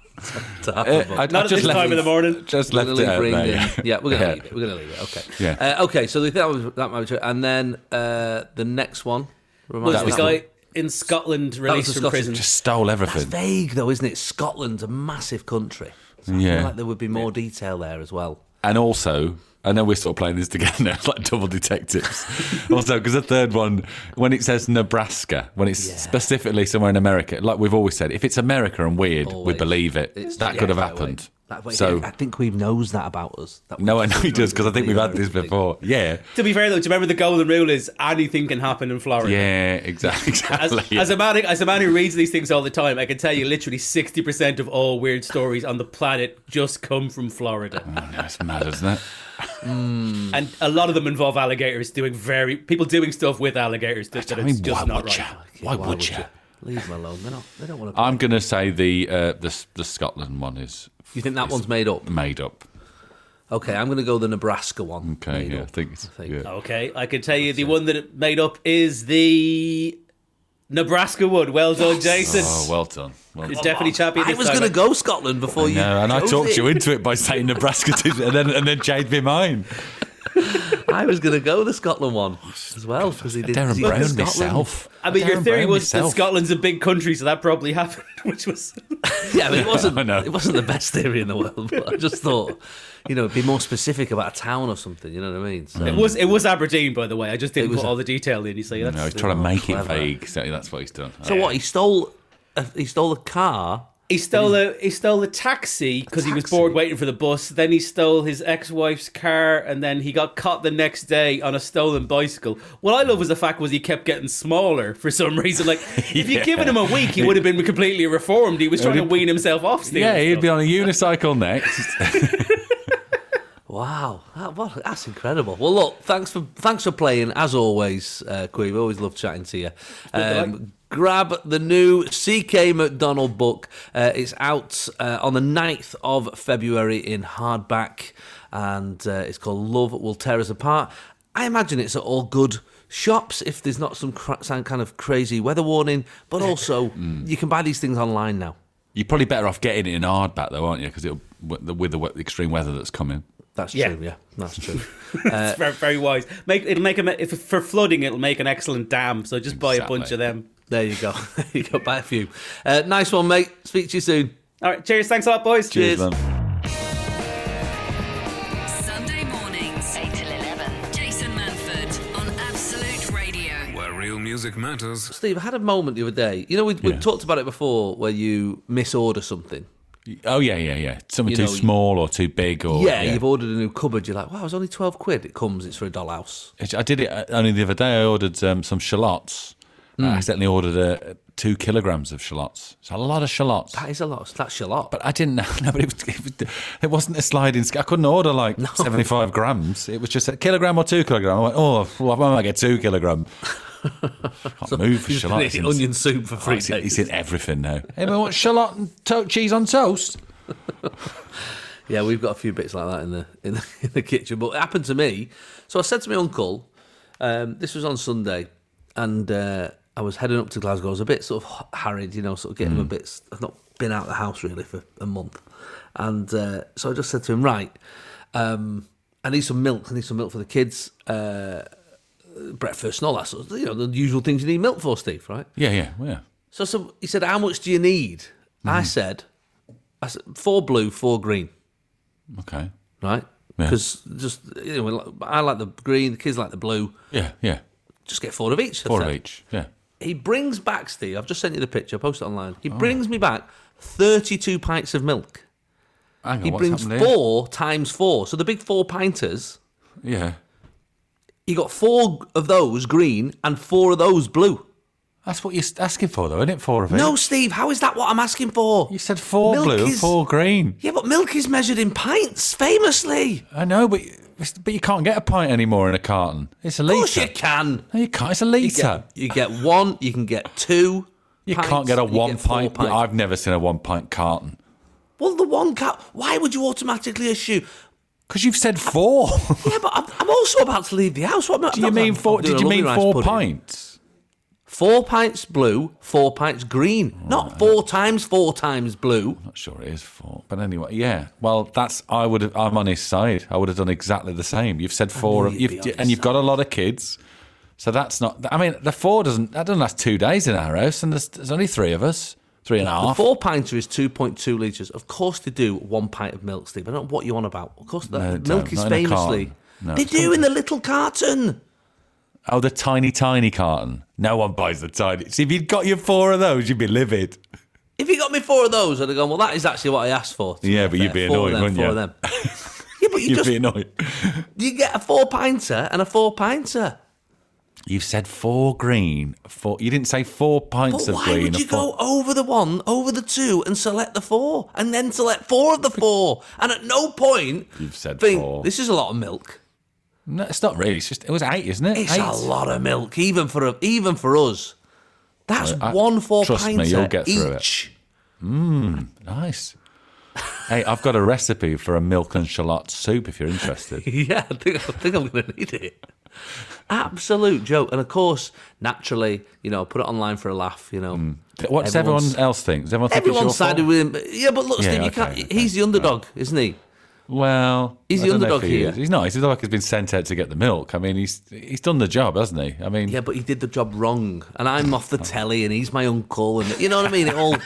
C: to happen.
D: Uh,
C: but-
D: I- I
E: Not
D: just
E: at this
D: left
E: time
D: it-
E: of the morning.
D: Just
C: We're
D: left
C: gonna
D: it
C: leave
D: out
C: ring
D: there,
C: in.
D: yeah.
C: Yeah, we're gonna
D: Yeah.
C: leave it. We're gonna leave it. Okay.
D: Yeah.
C: Uh, okay. So the- that was that might be true. And then uh, the next one. Remind
E: was
C: me
E: the
C: that
E: guy
C: one.
E: in Scotland released
C: the
E: from
C: Scottish-
E: prison?
D: Just stole
C: That's
D: everything.
C: vague though, isn't it? Scotland's a massive country. So I
D: Yeah.
C: feel like there would be more detail there as well.
D: And also, I know we're sort of playing this together now, like double detectives. also, because the third one, when it says Nebraska, when it's
C: Yeah.
D: specifically somewhere in America, like we've always said, if it's America and weird, we
C: Always.
D: believe it.
C: It's-
D: that
C: yeah,
D: could have
C: that way.
D: happened.
C: That way,
D: so,
C: I think Queen knows that about us. That we
D: no, I know
C: just
D: he does because I think we've had
C: don't
D: this
C: think-
D: before. Yeah.
E: to be fair though, do you remember the golden rule is anything can happen in Florida?
D: Yeah, exactly.
E: As,
D: exactly.
E: as a man, as a man who reads these things all the time, I can tell you literally sixty percent of all weird stories on the planet just come from Florida,
D: Oh, no, it's mad, isn't it?
E: and a lot of them involve alligators doing very people doing stuff with alligators that, that
D: I
E: it's
D: mean,
E: just
D: why
E: not
D: would Oh,
E: right.
D: you? Why, would you?
C: Leave them alone. They don't. They don't want to.
D: I'm going to say the, uh, the the Scotland one is
C: You think that one's made up?
D: made up.
C: Okay, I'm going to go the Nebraska one.
D: Okay,
C: made
D: yeah, I
C: up.
D: think, it's,
C: think.
D: yeah. Oh,
E: Okay, I can tell you the one that it made up is the Nebraska one. Well done, Jason.
D: Oh, well done. Well
E: You're
D: done.
E: definitely champion.
C: I
E: this
C: was
E: time.
C: going to go Scotland before you.
D: No, Uh, and I
C: chose
D: talked
C: it.
D: you into it by saying Nebraska, did, and then and then changed my mind.
C: I was going to go the Scotland one as well because he did.
D: Darren
C: he did
D: Brown
C: Scotland.
D: myself.
E: I mean, your
D: Darren
E: theory
D: Brown
E: was that
D: myself.
E: Scotland's a big country, so that probably happened, which was
C: Yeah, I mean, it wasn't.
D: I know.
C: It wasn't the best theory in the world, but I just thought, you know, it'd be more specific about a town or something. You know what I mean? So
E: it was it was Aberdeen, by the way. I just didn't
C: It was
E: put
C: a-
E: all the detail in. You see, that's
D: No, he's trying to make it
C: Clever.
D: vague. So that's what he's done.
C: So what? He stole. A, he stole a car.
E: He stole a he stole a taxi because he was
C: taxi?
E: bored waiting for the bus. Then he stole his ex-wife's car, and then he got caught the next day on a stolen bicycle. What I love was the fact was he kept getting smaller for some reason. Like if you'd
D: Yeah.
E: given him a week, he would have been completely reformed. He was trying to wean himself off. Stealing
D: Yeah, he'd
E: stuff.
D: be on a unicycle next.
C: Wow, that, what, that's incredible. Well, look, thanks for thanks for playing as always, uh, Queeve. Always love chatting to you.
E: delight.
C: Um, grab the new CK McDonald book. Uh, it's out uh, on the 9th of February in hardback, and uh, it's called Love Will Tear Us Apart. I imagine it's at all good shops if there's not some, cra- some kind of crazy weather warning, but also you can buy these things online now.
D: You're probably better off getting it in hardback though, aren't you? Because it'll with the, with the we- extreme weather that's coming.
C: That's
E: Yeah.
C: true, yeah, that's true.
E: It's very, very wise. Make it'll make him if for flooding. It'll make an excellent dam. So just buy a bunch
D: Exactly.
E: of them.
C: There you go. there you go. Buy a few. Uh, nice one, mate. Speak to you soon.
E: All right, cheers. Thanks a lot, boys.
D: Cheers, man.
A: Sunday mornings, 8 till 11. Jason Manford on Absolute Radio.
B: where real music matters.
C: Steve, I had a moment the other day. You know, we we
D: Yeah.
C: talked about it before where you misorder something.
D: Oh yeah, yeah, yeah. Something
C: You
D: too
C: know, you-
D: small or too big or
C: yeah, you've ordered a new cupboard. You're like, wow, it was only 12 quid. It comes, it's for a dollhouse.
D: I did it uh, only the other day. I ordered um, some shallots.
C: Hmm.
D: I accidentally ordered uh, two kilograms of shallots. It's a lot of shallots.
C: That is a lot. That's a lot.
D: But I didn't know. No, but it, was, it, was, it wasn't a sliding scale. I couldn't order like 75 grams. It was just a kilogram or two kilogram. I went, oh, well, I might get two kilogram. Can't move for
C: You've been
D: shallots.
C: eating onion soup for
D: Oh,
C: free.
D: it's, in, it's in everything now. Anyone want shallot and to- cheese on toast?
C: Yeah, we've got a few bits like that in the in the, in the kitchen. But it happened to me. So I said to my uncle, um, this was on Sunday, and uh, I was heading up to Glasgow. I was a bit sort of harried, you know, sort of getting a bit. I've not been out of the house really for a month, and uh, so I just said to him, right, um, I need some milk. I need some milk for the kids. Uh, breakfast and all that sort of, you know, the usual things you need milk for, Steve, right?
D: Yeah, yeah, yeah.
C: So, some, he said, how much do you need? I said, I said, four blue, four green
D: Okay.
C: right?
D: Yeah.
C: Because just you know, I like the green, the kids like the blue.
D: Yeah, yeah.
C: Just get four of each. I
D: Four
C: said.
D: of each. Yeah.
C: He brings back Steve. I've just sent you the picture. Post it online.
D: Oh.
C: He brings me back thirty-two pints of milk.
D: Hang on,
C: He
D: what's
C: brings
D: happened here?
C: four times four. So the big four pinters.
D: Yeah.
C: He got four of those green and four of those blue.
D: That's what you're asking for, though, isn't it? Four of each.
C: No, Steve, how is that what I'm asking for?
D: You said four
C: Milk
D: blue and
C: is-
D: four green.
C: Yeah, but milk is measured in pints, famously.
D: I know, but but you can't get a pint anymore in a carton. It's a
C: Of
D: litre.
C: course you can.
D: No, you can't. It's a
C: You
D: litre.
C: get, you get one, you can get two.
D: You
C: pints,
D: can't get a
C: and you
D: one
C: four
D: pint.
C: pints.
D: I've never seen a one pint carton.
C: Well, the one cap. Why would you automatically assume?
D: Because you've said four.
C: Yeah, but I'm, I'm also about to leave the house. What am I-
D: Do you
C: I'm-
D: mean
C: I'm
D: four?
C: doing a
D: Did you
C: lovely
D: mean
C: rice
D: four
C: pudding.
D: pints?
C: Four pints blue, four pints green.
D: Oh,
C: Not four times four times blue.
D: Not sure it is four, but anyway, yeah. Well, that's I would. have I'm on his side. I would have done exactly the same. You've said four,
C: you'd
D: of,
C: be
D: you've,
C: on his
D: and you've got a lot of kids, so that's not. I mean, the four doesn't. That doesn't last two days in our house, and there's, there's only three of us, three and a
C: The
D: half.
C: four pinter is 2.2 litres. Of course they do one pint of milk, Steve. I don't know what you on about. Of course,
D: No, they
C: that
D: don't.
C: milk is
D: Not in a
C: famously.
D: carton. No.
C: they do in the little carton.
D: Oh, the tiny, tiny carton. No one buys the tiny. See, if you'd got your four of those, you'd be livid.
C: If you got me four of those, I'd have gone, well, that is actually what I asked for. to
D: Yeah, but you'd
C: fair.
D: be
C: Four
D: annoyed,
C: of them,
D: wouldn't
C: four
D: you?
C: of them. yeah, but you
D: You'd
C: just,
D: be annoyed.
C: you get a four pinter and a four pinter.
D: You've said four green. Four. You didn't say four pints
C: But
D: of
C: why
D: green.
C: would
D: or
C: you
D: four-
C: go over the one, over the two, and select the four, and then select four of the four, and at no point
D: You've said
C: think
D: four.
C: this is a lot of milk.
D: No, it's not really. It's just it was eight, isn't it?
C: It's
D: eight.
C: a lot of milk, even for a, even for us. That's
D: I-
C: one four
D: trust me,
C: pinter
D: you'll get through it.
C: each.
D: Nice. Hey, I've got a recipe for a milk and shallot soup if you're interested.
C: Yeah, I think, I think I'm going to need it. Absolute joke. And of course, naturally, you know, put it online for a laugh, you know.
D: What's everyone
C: Everyone's-
D: else think? Does everyone think
C: Everyone
D: Mm. it's your fault?
C: sided with him. Yeah, but look,
D: Yeah,
C: Steve, you
D: okay,
C: can't,
D: okay.
C: he's the underdog, isn't he?
D: Well,
C: He's
D: I
C: the
D: don't know
C: underdog
D: if he
C: here.
D: is. He's not. He's the underdog. He's been sent out to get the milk. I mean, he's he's done the job, hasn't he? I mean,
C: Yeah, but he did the job wrong, and I'm off the
D: Oh.
C: telly, and he's my uncle, and you know what I mean. It all, do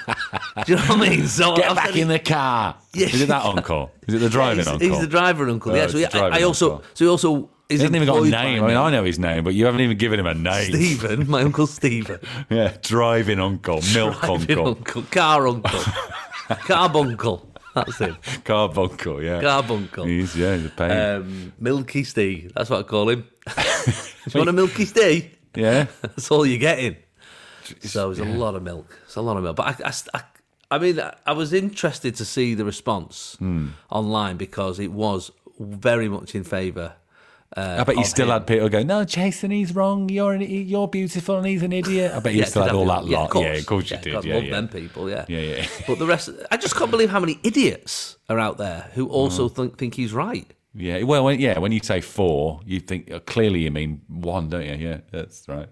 C: you know what I mean? So
D: get
C: I've
D: back
C: said
D: in
C: it-
D: the car.
C: Yeah.
D: Is it that uncle? Is it the driving
C: he's,
D: uncle?
C: He's the driver uncle.
D: Oh,
C: yeah,
D: it's
C: so he,
D: the
C: I, I
D: driving
C: also,
D: uncle.
C: so he also is
D: He hasn't even got a
C: employed by
D: name. I
C: me.
D: mean, I know his name, but you haven't even given him a name.
C: Stephen, my uncle Stephen,
D: Yeah, driving uncle, milk
C: Driving
D: uncle,
C: uncle, car uncle, carbuncle. That's him,
D: carbuncle. Yeah,
C: carbuncle.
D: He's yeah, he's a pain.
C: Um, Milky Steve. That's what I call him. Do you want a Milky Steve?
D: yeah,
C: That's all you're getting. So it's a lot of milk. It's a lot of milk. But I, I, I, I mean, I- I was interested to see the response
D: Hmm.
C: online because it was very much in favour.
D: I bet you
C: of
D: still
C: him.
D: had people going, "No, Jason, he's wrong. You're an, you're beautiful, and he's an idiot." I bet you
C: Yeah,
D: still
C: did
D: had
C: I
D: all
C: do-
D: that
C: yeah,
D: lot. yeah, of course you
C: Yeah,
D: did.
C: God,
D: yeah,
C: love
D: yeah.
C: them people. Yeah,
D: Yeah, yeah.
C: But the rest, I just can't believe how many idiots are out there who
D: Hmm.
C: also think think he's right.
D: Yeah, well, when, yeah. When you say four, you think uh, clearly you mean one, don't you? Yeah, that's right.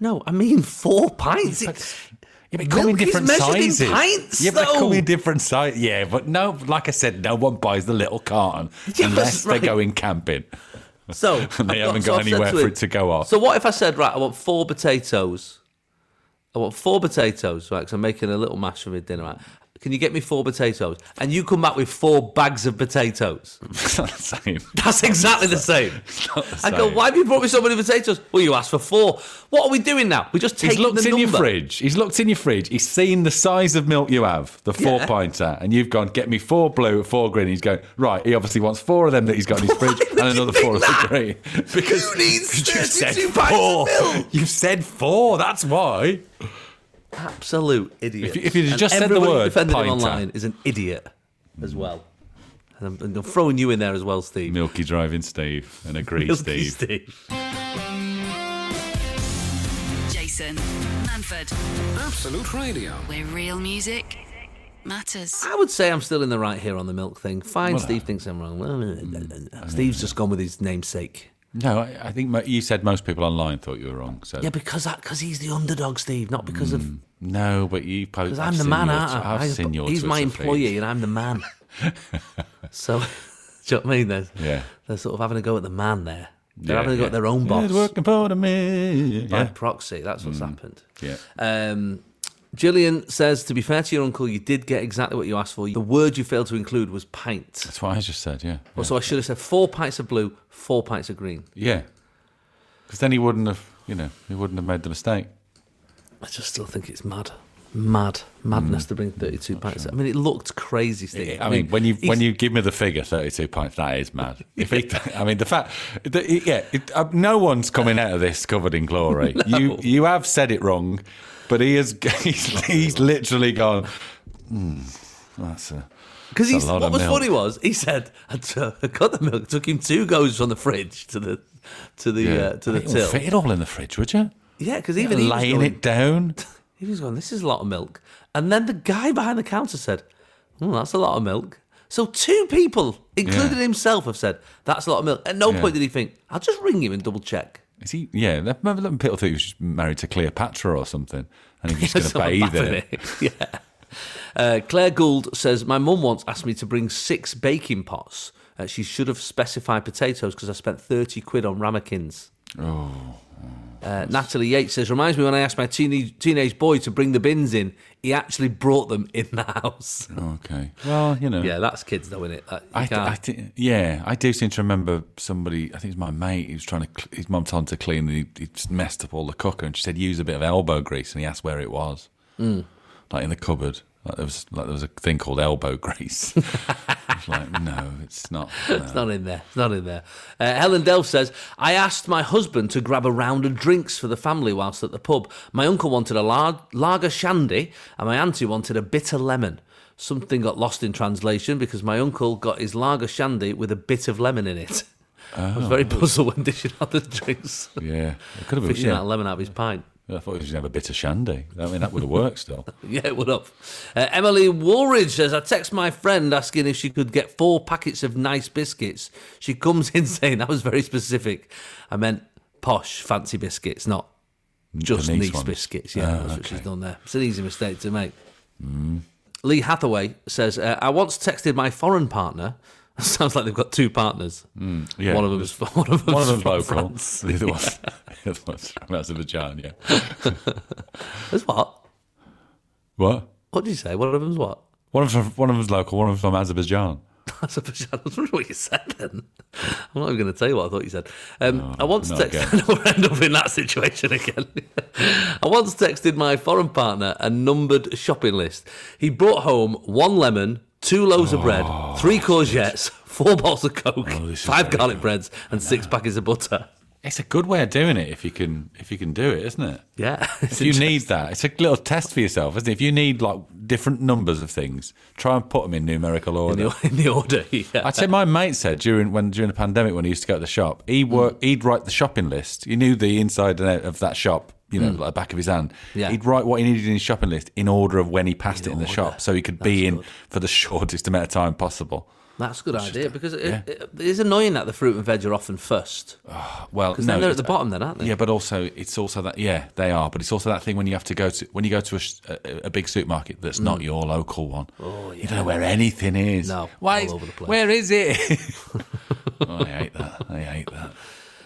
C: No, I mean four pints. It-
D: Yeah, but
C: Milk is measured in pints,
D: yeah, but they come
C: though.
D: in different sizes. Yeah, but no, like I said, no one buys the little carton
C: Yeah,
D: unless
C: that's right.
D: they're going camping.
C: So
D: And they
C: I've
D: haven't
C: so
D: got
C: I've said
D: anywhere for
C: him,
D: it to go off.
C: So what if I said, right, I want four potatoes. I want four potatoes, right? Because I'm making a little mash for my dinner. Right? Can you get me four potatoes? And you come back with four bags of potatoes.
D: it's not the same.
C: That's exactly the same.
D: not the
C: I go,
D: same.
C: why have you brought me so many potatoes? Well, you asked for four. What are we doing now? We just taking
D: He's looked
C: the
D: in your
C: number.
D: fridge. He's looked in your fridge. He's seen the size of milk you have, the four
C: Yeah.
D: pinter, and you've gone, get me four blue, four green. He's going, right, he obviously wants four of them that he's got in his fridge
C: would
D: and
C: you
D: another
C: think
D: four of the
C: that?
D: green. Because
C: Who needs
D: you said
C: 32 pints of
D: four.
C: milk?
D: You've said four, that's why.
C: Absolute idiot.
D: If you- if you'd just said the word
C: defending him
D: pinter.
C: online is an idiot as well. And I'm, and I'm throwing you in there as well, Steve.
D: Milky driving Steve and agree
C: Milky
D: Steve.
A: Jason Manford,
B: Absolute Radio.
A: where real music matters.
C: I would say I'm still in the right here on the milk thing. Fine,
D: Well, mm,
C: Steve thinks I'm wrong. eh, Steve's just gone with his namesake.
D: No, I, I think mo- you said most people online thought you were wrong. So
C: Yeah, because that, cause he's the underdog, Steve, not because of.
D: no, but you posted.
C: Because I'm the man, aren't I?
D: Mm, I've
C: I-
D: seen your.
C: He's my
D: Twitter feed.
C: employee and I'm the man. so, do you know what I mean? There's,
D: Yeah.
C: They're sort of having a go at the man there. They're
D: Yeah,
C: having a go
D: yeah.
C: at their own boss
D: He's working for the man.
C: by
D: Yeah. Mm.
C: proxy. That's what's happened.
D: yeah.
C: Um, Gillian says, to be fair to your uncle, you did get exactly what you asked for. The word you failed to include was pint.
D: That's what I just said. Yeah.
C: Well, so I should have said four pints of blue, four pints of green.
D: Yeah. Because then he wouldn't have, you know, he wouldn't have made the mistake.
C: I just still think it's mad, mad, madness
D: Mm.
C: to bring thirty-two pints. I mean, it looked crazy, Steve.
D: I mean, when you
C: he's-
D: when you give me the figure, thirty-two pints, that is mad. If he, I mean, the fact, that it- yeah, it, uh, no one's coming out of this covered in glory. You you have said it wrong, but he has he's, he's literally gone. Hmm, that's a
C: Because he's
D: It's a lot
C: what
D: of
C: was
D: milk.
C: funny was he said I took- I got the milk, took him two goes from the fridge to the to the uh, to the
D: It'll
C: till.
D: Fit it all in the fridge, would you?
C: Yeah, because even he was,
D: Laying
C: going,
D: it down.
C: he was going, this is a lot of milk. And then the guy behind the counter said, "Hmm, that's a lot of milk. So two people, including himself, have said that's a lot of milk. At no
D: Yeah.
C: point did he think, I'll just ring him and double check.
D: Is he? Yeah, I remember that people thought he was just married to Cleopatra or something, and he was
C: Yeah,
D: just
C: so I'm
D: going to bathe in
C: baffing
D: it.
C: it. yeah. Uh, Claire Gould says, My mum once asked me to bring six baking pots. Uh, she should have specified potatoes because I spent 30 quid on ramekins. Oh. Uh, Natalie Yates says, Reminds me when I asked my teenage, teenage boy to bring the bins in, he actually brought them in the house.
D: Okay. Well, you know.
C: yeah, that's kids, though, innit? That, you
D: I, th-
C: can't-
D: I thi- yeah, I do seem to remember somebody. I think it was my mate. He was trying to cl- his mum told him to clean. And he, he just messed up all the cooker, and she said use a bit of elbow grease, and he asked where it was,
C: Hmm.
D: like in the cupboard. Like there was like there was a thing called elbow grease. I was like, no, it's not.
C: It's
D: no."
C: not in there. It's not in there. Uh, Helen Delph says, I asked my husband to grab a round of drinks for the family whilst at the pub. My uncle wanted a lar- lager shandy and my auntie wanted a bitter lemon. Something got lost in translation because my uncle got his lager shandy with a bit of lemon in it. I was very puzzled when dishing out the drinks.
D: Yeah, it could have been.
C: Fishing
D: Yeah.
C: out lemon out of his pint.
D: I thought he was going to have a bit of shandy. I mean, that would have worked still.
C: Yeah, what up? Uh, Emily Woolridge says, I text my friend asking if she could get four packets of nice biscuits. She comes in saying, that was very specific. I meant posh, fancy biscuits, not just
D: nice
C: nice,
D: ones.
C: biscuits. Yeah,
D: Ah,
C: that's what she's
D: okay. Mm.
C: done there. It's an easy mistake to make. Lee Hathaway says, uh, I once texted my foreign partner. Sounds like they've got two partners.
D: yeah,
C: one of them's one of them's,
D: One of them's
C: from
D: local.
C: France.
D: The other one's, the other one's from Azerbaijan, yeah.
C: That's what?
D: What?
C: What did you say? One of them's what?
D: One of, them's- one of them's local, one of them's from Azerbaijan.
C: That's a I was wondering what you said then. I'm not even going to tell you what I thought you said. Um, I once
D: no,
C: texted.
D: okay.
C: I will end up in that situation again. I once texted my foreign partner a numbered shopping list. He brought home one lemon, two loaves of bread, three courgettes, four bottles of coke,
D: Oh,
C: five
D: this is very
C: garlic breads, and six packets of butter.
D: It's a good way of doing it if you can if you can do it, isn't it?
C: Yeah,
D: If you need that, it's a little test for yourself, isn't it? If you need like different numbers of things, try and put them in numerical order.
C: in the, in the order. Yeah.
D: I'd say my mate said during when during the pandemic when he used to go to the shop, he work he'd write the shopping list. He knew the inside and out of that shop, you know, like the back of his hand.
C: Yeah.
D: He'd write what he needed in his shopping list in order of when he passed it in the shop, so he could be in for the shortest amount of time possible.
C: That's a good idea because it, it, it is annoying that the fruit and veg are often first
D: Well,
C: because
D: no,
C: then they're at
D: it's-
C: the bottom, then aren't they?
D: Yeah, but also it's also that yeah they are, but it's also that thing when you have to go to when you go to a, sh- a, a big supermarket that's not your local one. Oh, yeah. You don't know where anything is.
C: Mm. No,
D: Why
C: all
D: is-
C: over the place.
D: Where is it? Oh, I hate that. I hate that.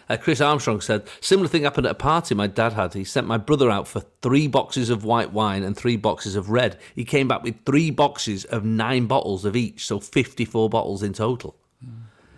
C: Uh, Chris Armstrong said, similar thing happened at a party my dad had. He sent my brother out for three boxes of white wine and three boxes of red. He came back with three boxes of nine bottles of each, so 54 bottles in total.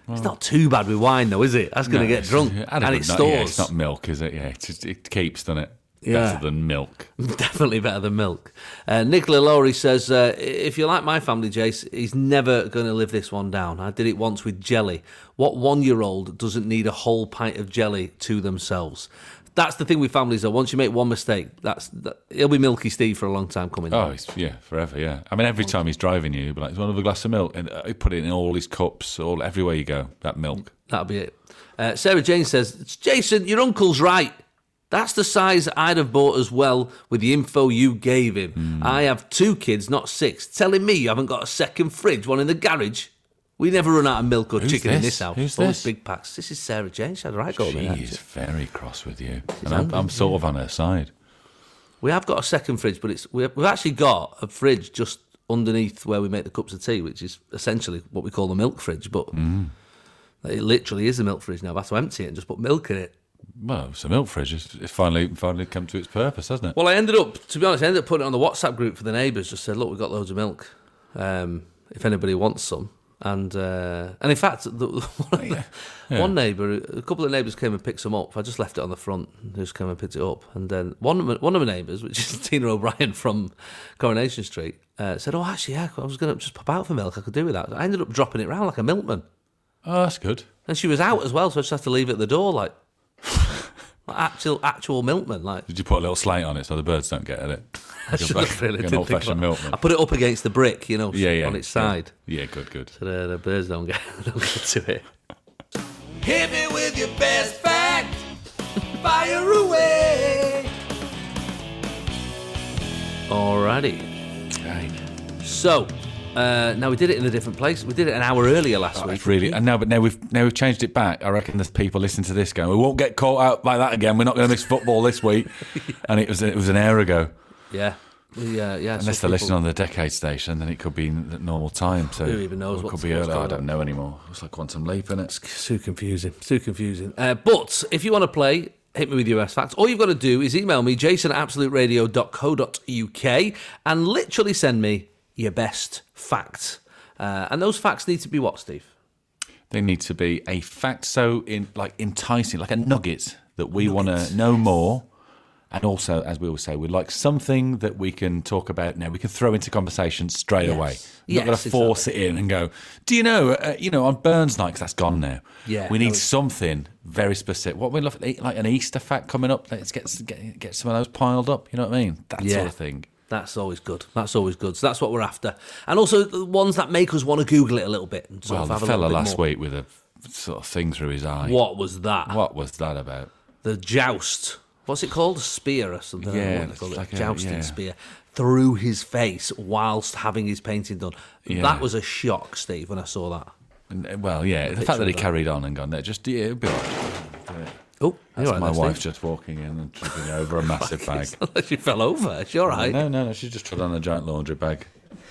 C: it's not too bad with wine, though, is it? That's going to get
D: Hmm.
C: drunk.
D: it's- yeah,
C: And,
D: if
C: it
D: it's not- yeah,
C: stores.
D: it's not milk, is it? Yeah, it, just, it keeps, doesn't it?
C: Yeah.
D: Better than milk.
C: Definitely better than milk. Uh, Nicola Lowry says, uh, if you like my family, Jace, he's never going to live this one down. I did it once with jelly. What one year old doesn't need a whole pint of jelly to themselves? That's the thing with families, though. Once you make one mistake, that's that, he'll be Milky Steve for a long time coming.
D: Oh, it's, yeah, forever. Yeah. I mean, every time he's driving you, he'll be like, "Do you want another glass of milk?" And uh, he put it in all his cups, all everywhere you go. That milk.
C: That'll be it. Uh, Sarah Jane says, "It's Jason, your uncle's right. That's the size I'd have bought as well with the info you gave him.
D: Hmm.
C: I have two kids, not six. Telling me you haven't got a second fridge, one in the garage. We never run out of milk or
D: Who's
C: chicken in
D: this?
C: this house.
D: Who's
C: Always
D: this?
C: big packs. This is Sarah Jane. She had a right go at me
D: She
C: there.
D: is very cross with you, and I'm, I'm sort of on her side.
C: We have got a second fridge, but it's we have, we've actually got a fridge just underneath where we make the cups of tea, which is essentially what we call the milk fridge. But
D: Hmm.
C: it literally is a milk fridge now. I have to empty it and just put milk in it.
D: Well, it's a milk fridge. It's, it's finally finally come to its purpose, hasn't it?
C: Well, I ended up, to be honest, I ended up putting it on the WhatsApp group for the neighbours. Just said, look, we've got loads of milk. Um, if anybody wants some, and uh, and in fact, the, one, of the- one neighbour, a couple of neighbours came and picked some up. I just left it on the front. They just came and picked it up, and then one of my- one of my neighbours, which is Tina O'Brien from Coronation Street, uh, said, oh, actually, yeah, I was going to just pop out for milk. I could do with that. I ended up dropping it round like a milkman,
D: oh, that's good.
C: and she was out as well, so I just had to leave it at the door, like. like Actual, actual milkman, like
D: Did you put a little slate on it so the birds don't get at it?
C: I should have really
D: Like
C: didn't
D: an
C: think
D: old-fashioned
C: about-
D: milkman.
C: I put it up against the brick, you know,
D: Yeah, yeah.
C: on its
D: yeah.
C: side.
D: Yeah, good, good.
C: So the, the birds don't get, don't get to it.
F: Hit me with your best fact. Fire away.
C: Alrighty.
D: Right.
C: So, uh, now we did it in a different place. We did it an hour earlier last
D: Oh,
C: week.
D: It's really and now, but now we've now we've changed it back. I reckon there's people listening to this going, "We won't get caught out like that again. We're not going to miss football this week." And it was it was an hour ago.
C: Yeah. We, uh, yeah.
D: Unless
C: so
D: they're listening
C: people-
D: on the decade station, then it could be n- at normal time. So
C: Who even knows
D: It could
C: what's-
D: be
C: what's
D: early. I
C: going on?
D: don't know anymore. It's like quantum leap, isn't it?
C: It's too confusing. Too confusing. Uh, but if you want to play, hit me with your best facts. All you've got to do is email me, jason at absoluteradio.co.uk, and literally send me your best fact. Uh, and those facts need to be what, Steve?
D: They need to be a fact so in like enticing, like a nugget that we want to know more. And also, as we always say, we'd like something that we can talk about now. We can throw into conversation straight away. We're not
C: Yes,
D: going to force it in and go, do you know, uh, you know, on Burns night, 'cause that's gone now.
C: Yeah,
D: We
C: no,
D: need
C: it's-
D: something very specific. What we love, like an Easter fact coming up, let's get, get, get some of those piled up. You know what I mean? That
C: Yeah.
D: sort of thing.
C: That's always good. That's always good. So that's what we're after. And also the ones that make us want to Google it a little bit. And sort
D: Well,
C: of
D: the
C: have a
D: fella
C: little bit
D: last
C: more.
D: week with a sort of thing through his eye.
C: What was that?
D: What was that about?
C: The joust. What's it called? A spear or something? I don't know
D: Yeah,
C: what they call
D: it's
C: it.
D: like a-
C: jousting
D: yeah.
C: spear through his face whilst having his painting done.
D: Yeah.
C: That was a shock, Steve, when I saw that.
D: And, uh, well, yeah, the
C: picture
D: fact that
C: of
D: he
C: that.
D: carried on and gone there, just yeah, it'd be all right.
C: Oh,
D: That's
C: you're right
D: my
C: there, Steve.
D: wife just walking in and tripping over a massive bag.
C: she fell over. She all right?
D: No, no, no, she just trod on a giant laundry bag.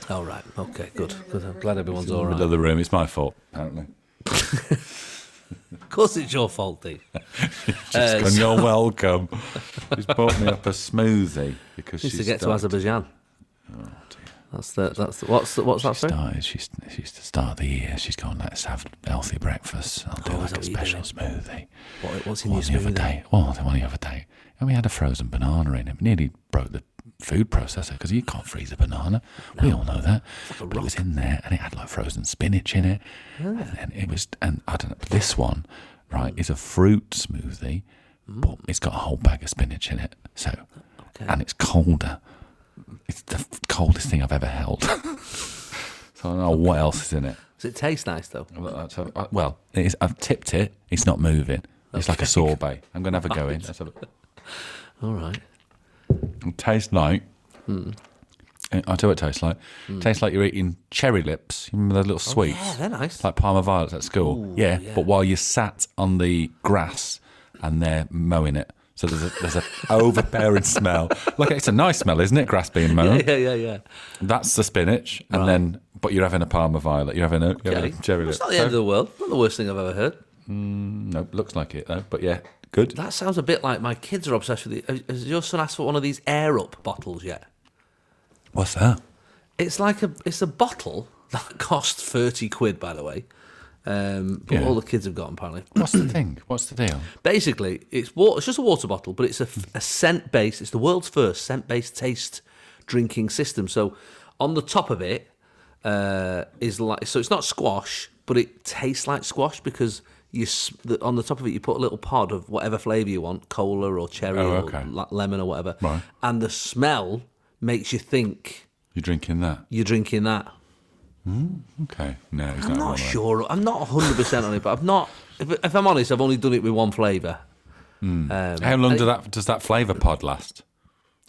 C: All right. Okay. Good. Good. I'm glad everyone's all
D: Middle
C: right.
D: of the room. It's my fault, apparently.
C: Of course, it's your fault, Dave.
D: Just
C: Uh,
D: gone,
C: so-
D: you're welcome. She's bought me up a smoothie because
C: Used
D: she's
C: to get to
D: started-
C: Azerbaijan. That's the. That's the, what's the, what's that?
D: She
C: Sorry.
D: started, she's, she's the start of the year. She's gone, let's have healthy breakfast. I'll do
C: Oh, is
D: like
C: that
D: a
C: what you're
D: special
C: doing?
D: smoothie.
C: What, what's in
D: One
C: your
D: the other
C: smoothie?
D: day. Well, the one the other day. And we had a frozen banana in it. Nearly broke the food processor because you can't freeze a banana. We all know that. But it was in there and it had like frozen spinach in it. And then it was, and I don't know, but this one, right, is a fruit smoothie, but it's got a whole bag of spinach in it. So, and it's colder. It's the f- coldest thing I've ever held. so I don't know what else is in it.
C: Does it taste nice though?
D: Well, that's a- uh, well, it is, I've tipped it. It's not moving. It's like a sorbet. I'm going to have a go in. Let's have a-
C: All right.
D: It tastes like.
C: Hmm.
D: Uh, I'll tell you what it tastes like. Tastes like you're eating cherry lips. You remember those little sweets?
C: Oh, yeah, they're nice.
D: Like Parma violets at school. yeah,
C: yeah.
D: But while you sat on the grass and they're mowing it. So there's a there's a overbearing smell. Look, it's a nice smell, isn't it? Grass being mown.
C: Yeah, yeah, yeah.
D: That's the spinach, and then but you're having a Parma violet. You're having a, you're having a cherry lip.
C: It's not the end of the world. Not the worst thing I've ever heard.
D: No, looks like it though. But yeah, good.
C: That sounds a bit like my kids are obsessed with it. Has- Has your son asked for one of these air up bottles yet?
D: What's that?
C: It's like a it's a bottle that costs thirty quid, by the way. Um, but
D: Yeah.
C: all the kids have got apparently.
D: What's the thing? What's the deal?
C: Basically, it's water. It's just a water bottle, but it's a, scent based. It's the world's first scent based taste drinking system. So, on the top of it uh, is like so. It's not squash, but it tastes like squash because you s- the, on the top of it you put a little pod of whatever flavour you want, cola or cherry
D: Oh, okay.
C: or la- lemon or whatever,
D: Right.
C: and the smell makes you think
D: You're drinking that?
C: you're drinking that.
D: Okay. No, he's
C: I'm not
D: not having that.
C: sure. I'm not 100 percent on it, but I've not. If, if I'm honest, I've only done it with one flavour.
D: How long does that does that flavour pod last?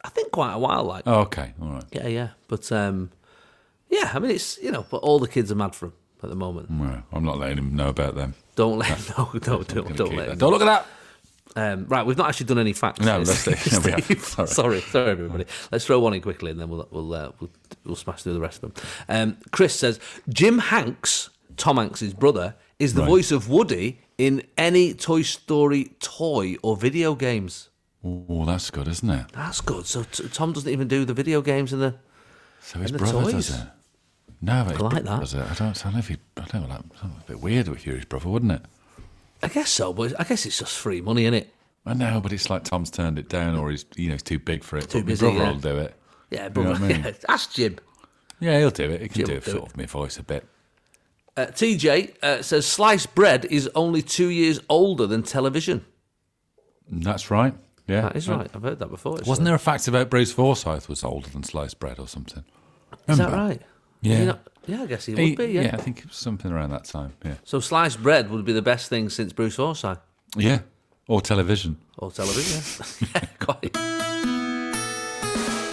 C: I think quite a while, like.
D: Oh, okay, all right.
C: Yeah, yeah. But um, yeah, I mean, it's you know, but all the kids are mad for him at the moment.
D: Well, I'm not letting him know about them.
C: Don't let no, no,
D: I'm
C: don't
D: gonna
C: don't
D: keep
C: let.
D: that.
C: him.
D: Don't look at that.
C: Um, right, we've not actually done any facts.
D: No,
C: yet,
D: that's it. No, we haven't.
C: Steve.
D: Sorry.
C: sorry. sorry, everybody. Let's throw one in quickly, and then we'll we'll uh, we'll, we'll smash through the rest of them. Um, Chris says Jim Hanks, Tom Hanks's brother, is the
D: Right.
C: voice of Woody in any Toy Story toy or video games.
D: Oh, that's good, isn't it?
C: That's good. So t- Tom doesn't even do the video games and the.
D: So his
C: And the
D: brother
C: toys.
D: does it. No, but his
C: like
D: brother
C: that.
D: does it. I don't. I don't know if he. I don't know. Like, it's a bit weird if you're his brother, wouldn't it?
C: I guess so, but I guess it's just free money, is it?
D: I know, but it's like Tom's turned it down, or he's you know he's too big for it.
C: Too
D: but
C: busy,
D: my brother
C: yeah.
D: will do it.
C: Yeah,
D: know
C: brother.
D: what I mean?
C: yeah, ask Jim.
D: Yeah, he'll do it. He can
C: Jim
D: do
C: will
D: it
C: do
D: sort
C: it.
D: of my voice a bit.
C: Uh, TJ uh, says sliced bread is only two years older than television.
D: That's right. Yeah,
C: That is
D: Uh,
C: right. I've heard that before. actually.
D: Wasn't there a fact about Bruce Forsyth was older than sliced bread or something?
C: Is that
D: Remember?
C: right?
D: Yeah.
C: You know- yeah, I guess he would
D: He-
C: be. Yeah.
D: I think it was something around that time. Yeah.
C: So sliced bread would be the best thing since Bruce Forsyth
D: Yeah. Or television.
C: or television. Yeah. yeah, quite.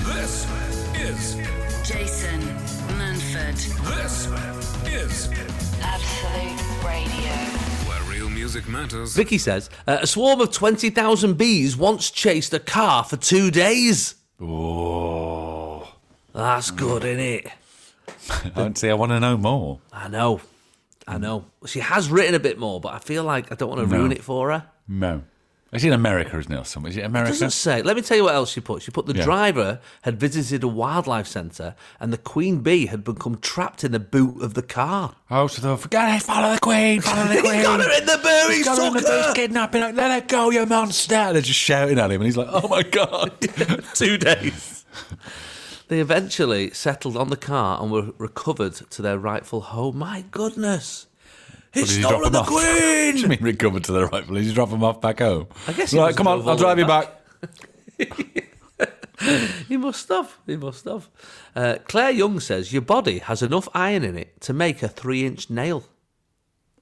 B: This is
A: Jason Manford,
B: this is
A: Absolute Radio.
B: where real music matters.
C: Vicky says uh, a swarm of twenty thousand bees once chased a car for two days.
D: Oh.
C: That's good, isn't it?
D: I'd say I want to know more.
C: I know. I know. She has written a bit more, but I feel like I don't want to
D: No.
C: ruin it for her.
D: No. Is it in America, isn't it, or something? Is it America?
C: doesn't say. Let me tell you what else she put. She put the
D: Yeah.
C: driver had visited a wildlife centre and the queen bee had become trapped in the boot of the car.
D: Oh, so they're, forget it, follow the queen, follow the
C: He's
D: queen.
C: got her in the boot, he's
D: Got her in the
C: took her.
D: booth kidnapping her. Let her go, you monster. They're just shouting at him, and he's like, oh my God.
C: Two days. they eventually settled on the car and were recovered to their rightful home. My goodness. He
D: Did he drop
C: stole
D: him
C: the
D: off? What do you
C: queen!
D: mean recovered to the rifle? Did you drop him off back home?
C: I guess he
D: Right,
C: must
D: come
C: have
D: on, I'll drive you
C: all
D: back.
C: he must have. He must have. Uh, Claire Young says your body has enough iron in it to make a three-inch nail.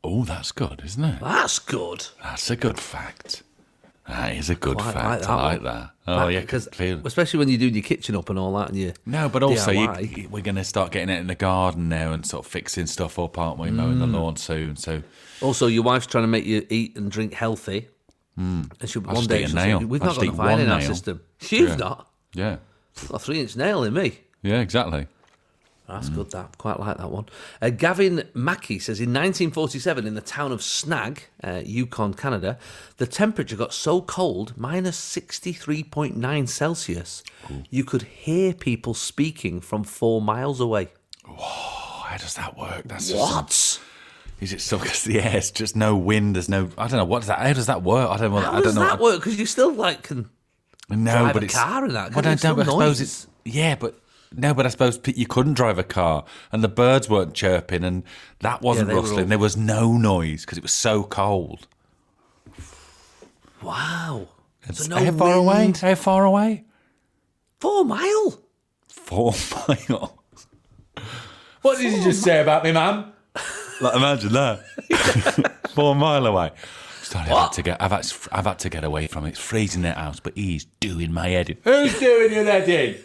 D: Oh, that's good, isn't it?
C: That's good.
D: That's a good fact. That is a good
C: Quite
D: fact.
C: like that
D: I like
C: one.
D: that. Oh yeah,
C: because
D: clearly.
C: especially when you do your kitchen up and all that, and you
D: No, but also you,
C: DIY.
D: you- we're going to start getting it in the garden now and sort of fixing stuff up, aren't we? Mowing the
C: Mm.
D: lawn soon. So
C: Also, your wife's trying to make you eat and drink healthy. Mm. And she'll
D: I'll
C: one
D: just
C: day
D: eat Hmm. a
C: she'll say,
D: nail.
C: we've
D: I'll
C: not
D: just
C: got
D: eat
C: enough iron
D: one
C: in our
D: nail."
C: system. You've
D: Yeah.
C: not.
D: yeah,
C: Got a three inch nail in me.
D: yeah, exactly. Mm.
C: That's good. That quite like that one. Uh, Gavin Mackey says in 1947 in the town of Snag, uh, Yukon, Canada, the temperature got so cold, minus 63.9 Celsius, you could hear people speaking from four miles away.
D: Oh, how does that work? That's just-
C: What?
D: is it still because the air's just no wind? There's no. I don't know what's that. How does that work? I don't. know.
C: How
D: I
C: does
D: don't know.
C: that work? Because you still like can.
D: No,
C: drive
D: but
C: a
D: it's
C: car and that,
D: Well,
C: can't
D: I
C: you? It's no
D: don't. But I suppose
C: noise.
D: it's yeah, but no, but I suppose p- you couldn't drive a car, and the birds weren't chirping, and that wasn't
C: they were
D: rustling.
C: all-
D: There was no noise because it was so cold.
C: Wow.
D: It's
C: no
D: how far away?
C: wind.
D: How far away?
C: Four mile?
D: Four miles. What did you just say about me, ma'am? Like, imagine that. Four mile away. Sorry, I've had, to get, I've, had, I've had to get away from it. It's freezing that house, but he's doing my head in. Who's doing your head in?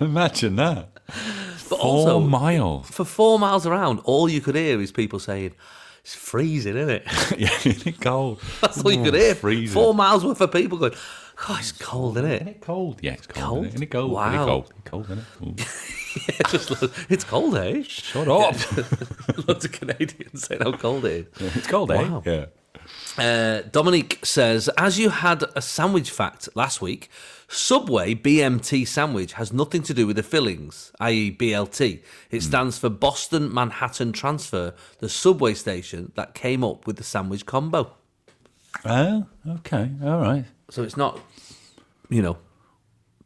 D: imagine that.
C: But
D: Four
C: also,
D: miles.
C: for four miles around, all you could hear is people saying, it's freezing, isn't it?
D: yeah, it's cold.
C: That's all you could
D: Ooh,
C: hear.
D: Oh, Freezing.
C: Four miles worth of people going, oh, it's cold, isn't
D: Isn't
C: it?
D: it cold? Yeah, it's cold.
C: Cold?
D: Isn't it cold?
C: Wow.
D: Isn't it cold? Cold, isn't it? Ooh.
C: It's just lo- it's cold, eh?
D: Shut up.
C: Lots of Canadians saying how cold it is.
D: it's cold, eh?
C: Wow.
D: Yeah.
C: Uh, Dominique says, as you had a sandwich fact last week, Subway BMT sandwich has nothing to do with the fillings, i.e., BLT. It
D: Hmm.
C: stands for Boston Manhattan Transfer, the subway station that came up with the sandwich combo.
D: Oh, okay. All right.
C: So it's not, you know,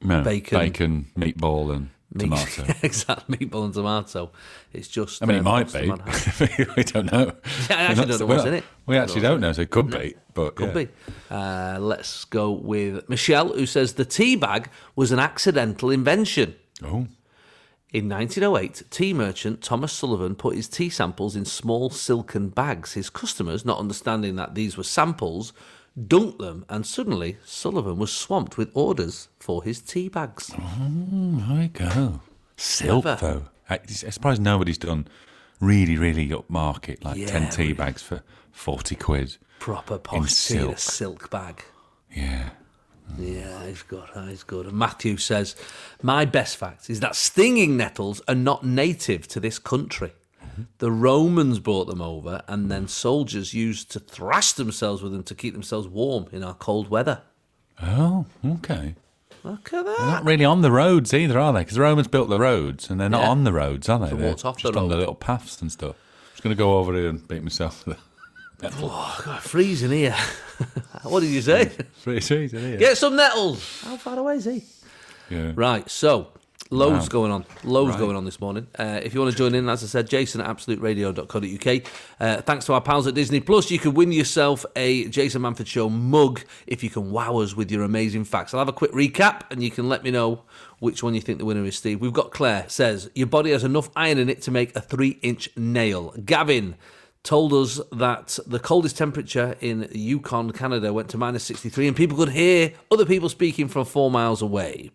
D: No,
C: Bacon.
D: bacon, meatball, and tomato.
C: exactly, meatball and tomato. It's just.
D: I mean,
C: uh,
D: it might
C: Boston
D: be.
C: Manhattan.
D: we don't know.
C: Yeah, I actually
D: We're
C: don't know
D: we're
C: what's in it.
D: We actually don't know, so it could be. But
C: Could be. Uh, let's go with Michelle, who says the tea bag was an accidental invention.
D: Oh,
C: In 1908, tea merchant Thomas Sullivan put his tea samples in small silken bags. His customers, not understanding that these were samples, dunked them, and suddenly Sullivan was swamped with orders for his tea bags.
D: there you go. Silk,
C: Clever.
D: though. I- I'm surprised nobody's done really, really upmarket, like
C: Yeah,
D: 10 tea
C: really.
D: bags for 40 quid.
C: Proper posh tea in a
D: silk.
C: silk bag.
D: Yeah.
C: Yeah, he's good. He's good. And Matthew says, My best fact is that stinging nettles are not native to this country. The Romans brought them over, and then soldiers used to thrash themselves with them to keep themselves warm in our cold weather.
D: Oh, okay.
C: Look at
D: They're
C: that.
D: not really on the roads either, are they? Because the Romans built the roads, and they're not
C: Yeah.
D: on the roads, are they?
C: They
D: They're
C: walked off the
D: just on the
C: road.
D: little paths and stuff. I'm just going to go over here and beat myself. with
C: Oh, God, freezing here. what did you say?
D: Pretty sweet, isn't it?
C: Get some nettles. How far away is he?
D: Yeah.
C: Right, so loads
D: Wow.
C: going on. Loads
D: Right.
C: going on this morning. Uh, if you want to join in, as I said, jason at absoluteradio.co.uk. Uh, thanks to our pals at Disney Plus, you can win yourself a Jason Manford Show mug if you can wow us with your amazing facts. I'll have a quick recap and you can let me know which one you think the winner is, Steve. We've got Claire says, Your body has enough iron in it to make a three inch nail. Gavin told us that the coldest temperature in Yukon, Canada went to minus 63 and people could hear other people speaking from four miles away.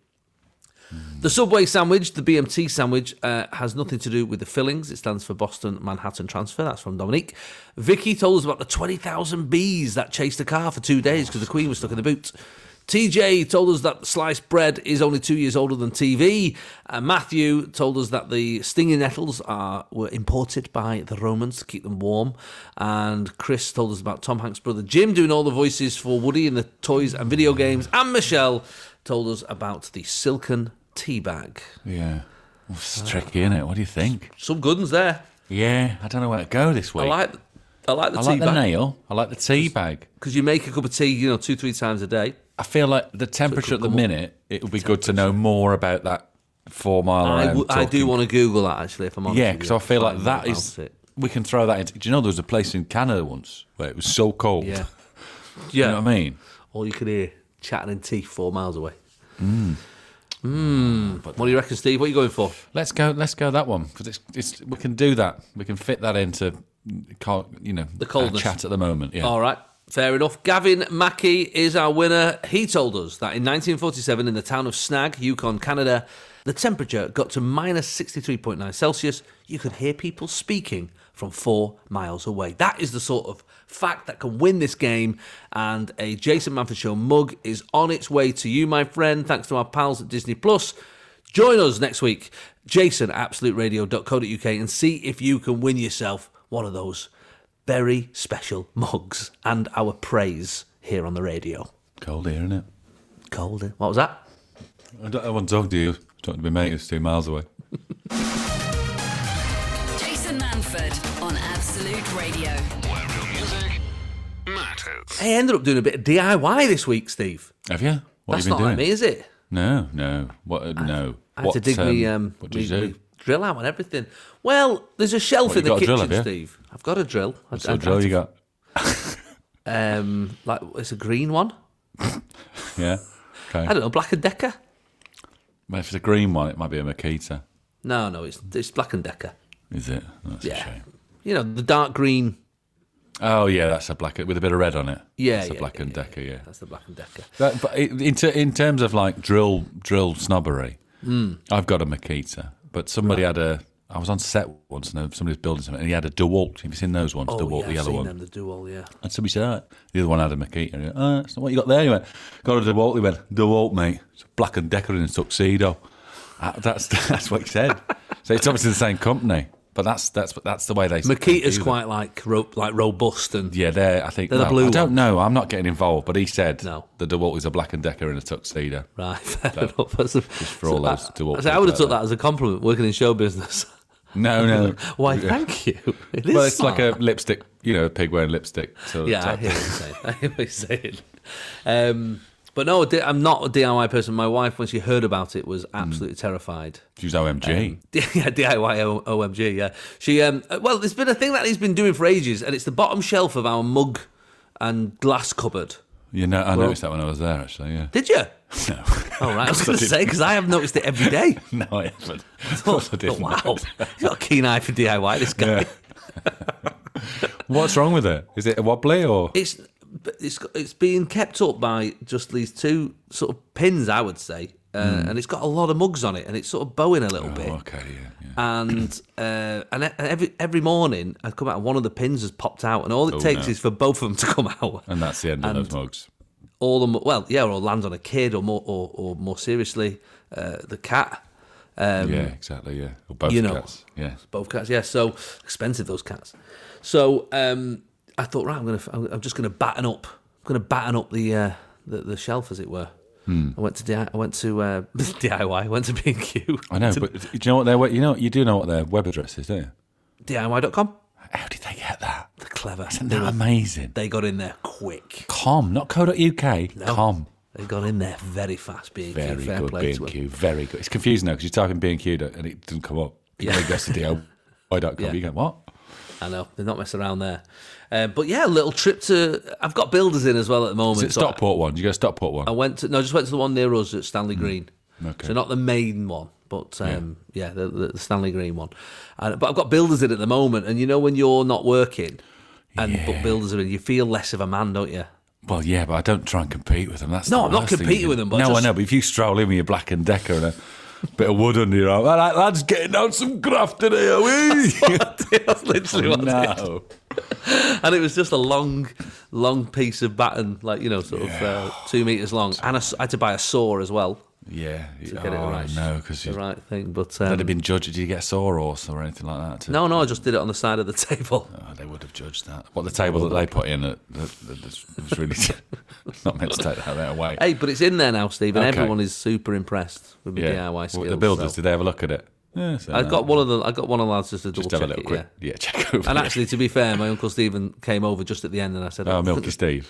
C: The Subway sandwich, the BMT sandwich, uh, has nothing to do with the fillings. It stands for Boston Manhattan Transfer. That's from Dominique. Vicky told us about the 20,000 bees that chased a car for two days because the Queen was stuck in the boot. TJ told us that sliced bread is only two years older than TV. Uh, Matthew told us that the stinging nettles are were imported by the Romans to keep them warm. And Chris told us about Tom Hanks' brother Jim doing all the voices for Woody in the toys and video games. And Michelle told us about the silken teabag.
D: Yeah. Well, it's tricky, isn't it? What do you think?
C: Some good ones there.
D: Yeah, I don't know where to go this week.
C: I like, I like the
D: I
C: tea
D: like the
C: bag
D: nail. I like the tea bag.
C: because you make a cup of tea, you know, two three times a day.
D: I feel like the temperature at the minute. It would be good to know more about that four mile.
C: I,
D: round
C: w- I do
D: talking.
C: want to Google that actually, if I'm honest.
D: Yeah,
C: with
D: because
C: you.
D: I feel like
C: Find out
D: that
C: about
D: is.
C: it.
D: We can throw that into. Do you know there was a place in Canada once where it was so cold?
C: Yeah,
D: you
C: yeah.
D: know what I mean.
C: All you could hear chatting in tea four miles away.
D: Hmm.
C: Mm. What do you reckon, Steve? What are you going for?
D: Let's go. Let's go that one because it's, it's. We can do that. We can fit that into. co- You know,
C: The coldness.
D: our chat at the moment. Yeah.
C: All right. Fair enough. Gavin Mackey is our winner. He told us that in 1947, in the town of Snag, Yukon, Canada, the temperature got to minus 63.9 Celsius. You could hear people speaking from four miles away. That is the sort of fact that can win this game. And a Jason Manford Show mug is on its way to you, my friend, thanks to our pals at Disney Plus. Join us next week, jason at absoluteradio.co.uk, and see if you can win yourself one of those very special mugs and our praise here on the radio.
D: Cold here, isn't it?
C: Cold. eh? What was that?
D: I don't, I want to talk to you. Talking to my mate who's two miles away.
A: Jason Manford on Absolute Radio.
B: Where real music matters.
C: I ended up doing a bit of DIY this week, Steve.
D: Have you? What
C: That's
D: have you
C: not
D: been doing?
C: like me, is it?
D: No, no. What? uh, no.
C: I had to dig me, um,
D: what
C: me-
D: did you
C: me
D: do?
C: drill out and everything. Well, there's a shelf
D: What,
C: in
D: you
C: the
D: got a
C: kitchen,
D: drill, have you?
C: Steve. I've got a drill. I-
D: What sort
C: I-
D: of drill you got?
C: Um, like it's a green one.
D: Yeah. Okay.
C: I don't know, Black and Decker.
D: Well, if it's a green one, it might be a Makita.
C: No, no, it's it's Black and Decker.
D: Is it? That's
C: Yeah.
D: a shame.
C: You know the dark green.
D: Oh yeah, that's a black with a bit of red on it.
C: Yeah,
D: it's a
C: yeah,
D: black
C: yeah,
D: and
C: yeah,
D: decker. Yeah.
C: That's the Black and Decker.
D: That, but it- in, ter- in terms of like drill drill snobbery,
C: Hmm.
D: I've got a Makita, but somebody had a. I was on set once and somebody was building something and he had a DeWalt. Have you seen those ones? DeWalt,
C: Oh, yeah,
D: the
C: I've
D: yellow
C: seen
D: one.
C: them. The Dual, yeah.
D: And somebody said, oh. the other one had a Makita. And he went, oh, that's not what you got there. He went, got a DeWalt. He went, DeWalt, mate. It's a black and decker in a tuxedo. Uh, That's, that's what he said. so it's obviously the same company, but that's, that's, that's the way they
C: Makita's
D: do them.
C: quite like ro- like robust and
D: Yeah, they're. I think
C: They're the
D: well,
C: blue
D: I don't
C: ones.
D: know. I'm not getting involved. But he said
C: No.
D: the DeWalt is a black and decker in a tuxedo.
C: Right, fair enough. That's a,
D: for all those
C: I-
D: Dewalt
C: I, say, I would have
D: people
C: took
D: out
C: that as a compliment working in show business.
D: No, no.
C: Why, thank you. It is
D: well, it's like a
C: smart.
D: lipstick. You know, a pig wearing lipstick. Sort of
C: Yeah, I
D: type.
C: hear what you're saying. I hear what you're saying. Um, but no, di- I'm not a DIY person. My wife, when she heard about it, was
D: Hmm.
C: absolutely terrified.
D: She was OMG.
C: yeah, DIY O- OMG. Yeah, she. Um, uh, well, there's been a thing that he's been doing for ages, and it's the bottom shelf of our mug and glass cupboard.
D: you know, I noticed that when I was there. Actually, yeah.
C: Did you?
D: No,
C: Oh, right. I was going to
D: didn't.
C: say because I have noticed it every day.
D: no, I haven't. Of
C: Oh,
D: course I didn't.
C: wow, he's got a keen eye for DIY. This guy.
D: Yeah. What's wrong with it? Is it a wobbly or?
C: it's but it's got- it's being kept up by just these two sort of pins, I would say, uh, and it's got a lot of mugs on it, and it's sort of bowing a little
D: Hmm. Oh,
C: bit.
D: okay, yeah. yeah.
C: And uh, and e- every every morning I'd come out, and one of the pins has popped out, and all it
D: Oh,
C: takes
D: no.
C: is for both of them to come out.
D: and that's the end of those mugs.
C: all the mu- well, yeah, or land on a kid, or more or, or more seriously, uh, the cat. Um,
D: yeah, exactly. Yeah, or both
C: you
D: you
C: know.
D: cats. Yeah.
C: both cats. Yeah, so expensive those cats. So um, I thought, right, I'm gonna, I'm I'm just gonna batten up, I'm gonna batten up the uh, the, the shelf, as it were.
D: Hmm.
C: I went to DI- I went to uh, DIY. I went to B and Q.
D: I know, but do you know what their we- you know you do know what their web address is, don't you?
C: DIY.com.
D: How did they get that?
C: They're clever.
D: Isn't
C: They
D: that
C: were-
D: amazing?
C: They got in there quick.
D: Com, not co.uk.
C: No.
D: Com.
C: They got in there very fast. B and Q.
D: Very
C: Fair
D: good
C: play
D: B
C: to
D: and
C: 'em.
D: Q. Very good. It's confusing though because you type in B and Q and it doesn't come up. You
C: Yeah.
D: yeah. goes to DIY.com.
C: Yeah.
D: You go what?
C: I know they're not messing around there. Uh, but yeah, a little trip to. I've got builders in as well at the moment.
D: Is it
C: so I-
D: Stockport one? You go to Stockport one.
C: I went to no, I just went to the one near us at Stanley Green.
D: Hmm. okay.
C: So not the main one, but um, yeah, the, the, the Stanley Green one. And, but I've got builders in at the moment, and you know when you're not working, and but
D: Yeah.
C: builders are in, you feel less of a man, don't you?
D: Well, yeah, but I don't try and compete with them. That's
C: No,
D: the
C: I'm not
D: worst thing you
C: competing
D: can-
C: with them, but
D: no,
C: just-
D: I know. But if you stroll in with your black and decker and a bit of wood under your arm, all right, lads, getting down some graft today, are we?
C: That's literally what I did.
D: Oh, no.
C: And it was just a long, long piece of batten, like you know, sort of uh, two meters long. And I, s- I had to buy a saw as well
D: Yeah.
C: to get it
D: oh,
C: right.
D: no, because
C: the
D: you
C: right thing. But um,
D: They'd have been judged. Did you get a saw horse or anything like that? To,
C: no, no, I just did it on the side of the table.
D: Oh, they would have judged that. What the table that they put in that, that, that that was really not meant to take that away.
C: Hey, but it's in there now, Steve, and
D: Okay.
C: everyone is super impressed with my DIY skills.
D: Well, the builders,
C: so-
D: did they have a look at it? Yeah, so
C: I
D: no.
C: got one of the. I got one of the lads just to
D: Just have a
C: double check
D: little
C: it.
D: quick,
C: Yeah.
D: yeah, check over.
C: And
D: it.
C: actually, to be fair, my uncle Stephen came over just at the end, and I said,
D: oh,
C: I
D: Milky
C: couldn't-
D: Steve.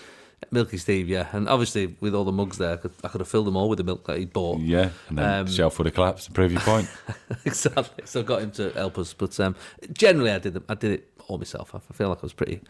C: Milky Steve, yeah." And obviously, with all the mugs there, I could, I could have filled them all with the milk that he'd bought.
D: Yeah, and then
C: Um,
D: shelf would have collapsed to prove your point.
C: exactly. So I got him to help us. But um, generally, I did them. I did it all myself. I feel like I was pretty,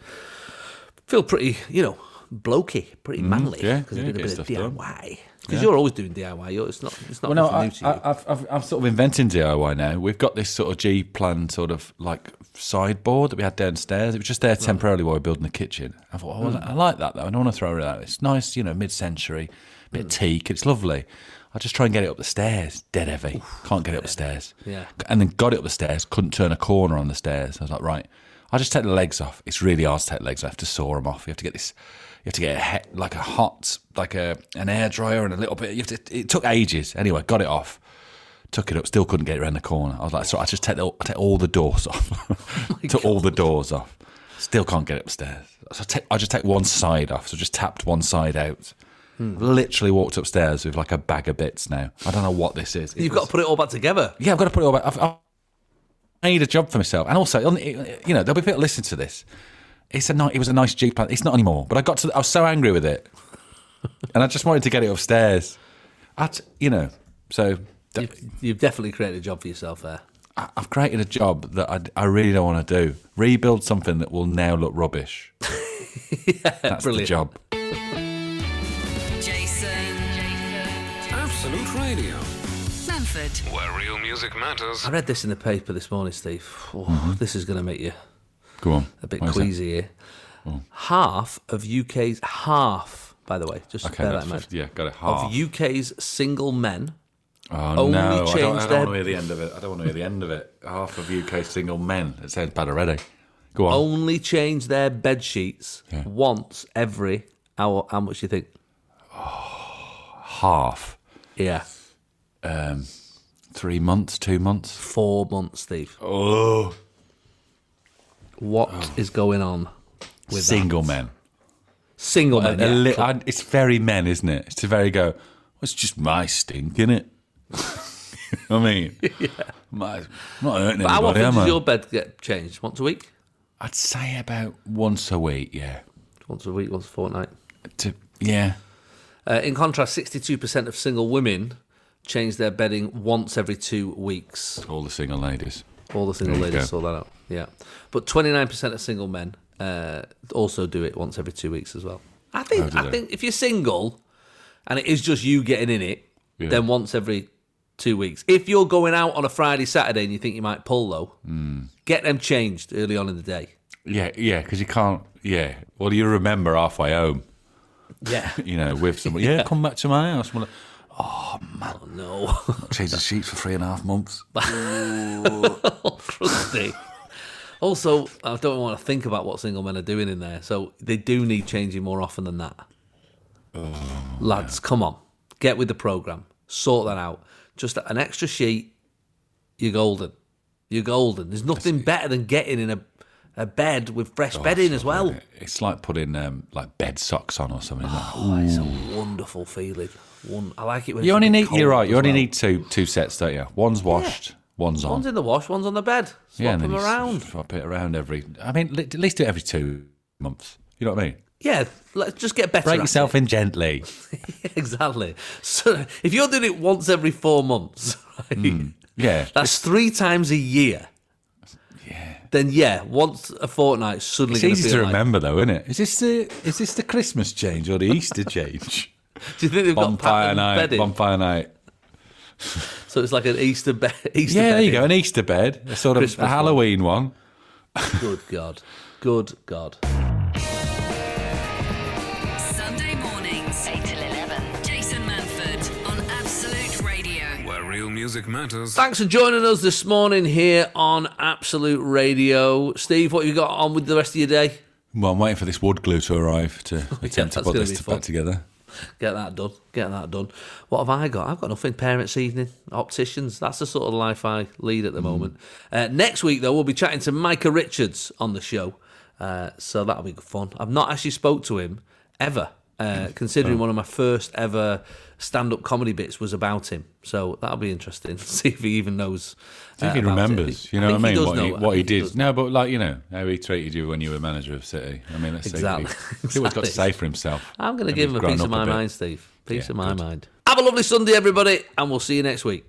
C: feel pretty, you know, blokey, pretty manly
D: yeah,
C: because I
D: Mm-hmm. yeah,
C: did a
D: get
C: bit of
D: stuff done.
C: DIY. Because you're always doing DIY. You're, it's not. It's not
D: Well, no,
C: nothing
D: I,
C: new to you.
D: I, I've, I've, I'm sort of inventing DIY now. We've got this sort of G plan, sort of like sideboard that we had downstairs. It was just there temporarily while we were building the kitchen. I thought, oh,
C: Mm.
D: I like that though. I don't want to throw it out. It's nice, you know, mid century, bit
C: Mm.
D: teak. It's lovely. I just try and get it up the stairs. Dead heavy. Can't get it up the stairs.
C: Yeah.
D: And then got it up the stairs. Couldn't turn a corner on the stairs. I was like, right, I'll just take the legs off. It's really hard to take the legs off. To saw them off. You have to get this. You have to get a he- like a hot, like a an air dryer and a little bit. You have to, it took ages. Anyway, got it off. Took it up. Still couldn't get it around the corner. I was like, so I just take, the, I take all the doors off. took all the doors off. Still can't get upstairs. So I, take, I just take one side off. So just tapped one side out. Literally walked upstairs with like a bag of bits now. I don't know what this is. It
C: You've got to put it all back together.
D: yeah, I've got to put it all back. I've, I've made a job for myself, and also, on- you know, there'll be people listening to this. It's a nice, it was a nice Jeep plan. It's not anymore, but I got to. I was so angry with it, and I just wanted to get it upstairs. At you know, so th-
C: You've, you've definitely created a job for yourself there.
D: I- I've created a job that I, I really don't want to do. Rebuild something that will now look rubbish. That's the
C: brilliant.
D: job.
A: Jason.
B: Absolute Radio,
A: Manford.
B: where real music matters.
C: I read this in the paper this morning, Steve. Oh, This is going to make you
D: Go on,
C: a bit
D: Why Mm-hmm. is Mm. that?
C: queasy here. Half of UK's half, by the way, just
D: Okay,
C: bear that
D: that's
C: in mind.
D: fifty- yeah, got it.
C: Of
D: Half.
C: UK's single men
D: Oh
C: only
D: no! I don't, I
C: changed
D: don't
C: their-
D: want to hear the end of it. I don't want to hear the end of it. Half of UK single men. It sounds bad already. Go on.
C: only change their bed sheets once every hour. How much do you think?
D: half.
C: Yeah,
D: Um, three months, two months.
C: four months, Steve.
D: Oh,
C: What is going on? with
D: single men.
C: Single men.
D: A
C: yeah.
D: li- I- it's very men, isn't it? It's to very go. Well, it's just my stink, is it? I mean, my, I'm not hurting
C: How
D: anybody,
C: often
D: am
C: does
D: I?
C: your bed get changed? Once a week?
D: I'd say about once a week. Yeah.
C: Once a week, once a fortnight.
D: To yeah.
C: Uh, in contrast, 62% of single women change their bedding once every two weeks.
D: All the single ladies.
C: All the single
D: There you
C: ladies
D: go.
C: saw that out. Yeah. But 29% of single men uh, also do it once every two weeks as well. I think,
D: do
C: I
D: they?
C: think if you're single and it is just you getting in it,
D: Yeah.
C: then once every two weeks. If you're going out on a Friday, Saturday and you think you might pull though,
D: Hmm.
C: get them changed early on in the day.
D: Yeah, yeah. Because you can't. Yeah. Well, you remember halfway home.
C: Yeah.
D: You know, with someone. Yeah, come back to my house. I'm like,
C: oh, no.
D: Change the sheets for three and a half months.
C: crusty. also, I don't want to think about what single men are doing in there, so they do need changing more often than that.
D: Oh,
C: Lads, come on, get with the program, sort that out. Just an extra sheet, you're golden. You're golden. There's nothing better than getting in a a bed with fresh
D: Oh,
C: bedding as well.
D: It's like putting um, like bed socks on or something. like that.
C: Oh, it's a wonderful feeling. One, I like it when
D: You
C: it's
D: only
C: a bit
D: need.
C: cold
D: You're right.
C: as
D: You only
C: well.
D: need two two sets, don't you? One's washed, one's on.
C: One's in the wash, one's on the bed. Swap them
D: you s-
C: around.
D: Swap it around every. I mean, li- at least do it every two months. You know what I mean?
C: Yeah, let's just get better.
D: Break
C: at it.
D: yourself in gently.
C: Exactly. So if you're doing it once every four months, right,
D: Hmm. Yeah.
C: that's three times a year. Yeah. Then yeah, once a fortnight suddenly.
D: It's
C: gonna
D: easy
C: feel
D: to
C: like-
D: remember, though, isn't it? Is this the is this the Christmas change or the Easter change?
C: Do you think they've got
D: bonfire
C: patterned
D: night,
C: bedding?
D: bonfire night.
C: so it's like an Easter bed. Easter
D: Yeah, there you go.
C: bedding.
D: An Easter bed, a sort of
C: Christmas
D: a
C: one.
D: Halloween one.
C: Good God. Good God.
A: Sunday mornings. 8 till 11. Jason Manford on Absolute Radio.
B: Where real music matters.
C: Thanks for joining us this morning here on Absolute Radio. Steve, what you got on with the rest of your day?
D: Well, I'm waiting for this wood glue to arrive to attempt to
C: that's
D: put
C: gonna
D: this
C: be
D: to
C: fun.
D: back together.
C: Get that done. Get that done. What have I got? I've got nothing. Parents' evening, opticians. That's the sort of life I lead at the
D: Mm-hmm.
C: moment. Uh, next week, though, we'll be chatting to Micah Richards on the show. Uh, so that'll be good fun. I've not actually spoke to him ever,
D: Mm.
C: uh, considering
D: Oh.
C: one of my first ever stand-up comedy bits was about him. So that'll be interesting. See if he even knows.
D: See if
C: uh,
D: he
C: about it.
D: remembers. You know what I
C: think
D: mean?
C: does
D: what he,
C: know. I
D: what he
C: think
D: did.
C: does.
D: no, but like you know how he treated you when you were manager of City. I mean, let's see.
C: Exactly.
D: if he- See what he's got to
C: Exactly.
D: say for himself.
C: I'm going to
D: Maybe
C: give
D: he's
C: him a
D: grown
C: piece of
D: up
C: my
D: bit.
C: mind, Steve. Piece
D: Yeah,
C: of my
D: good.
C: mind. Have a lovely Sunday, everybody, and we'll see you next week.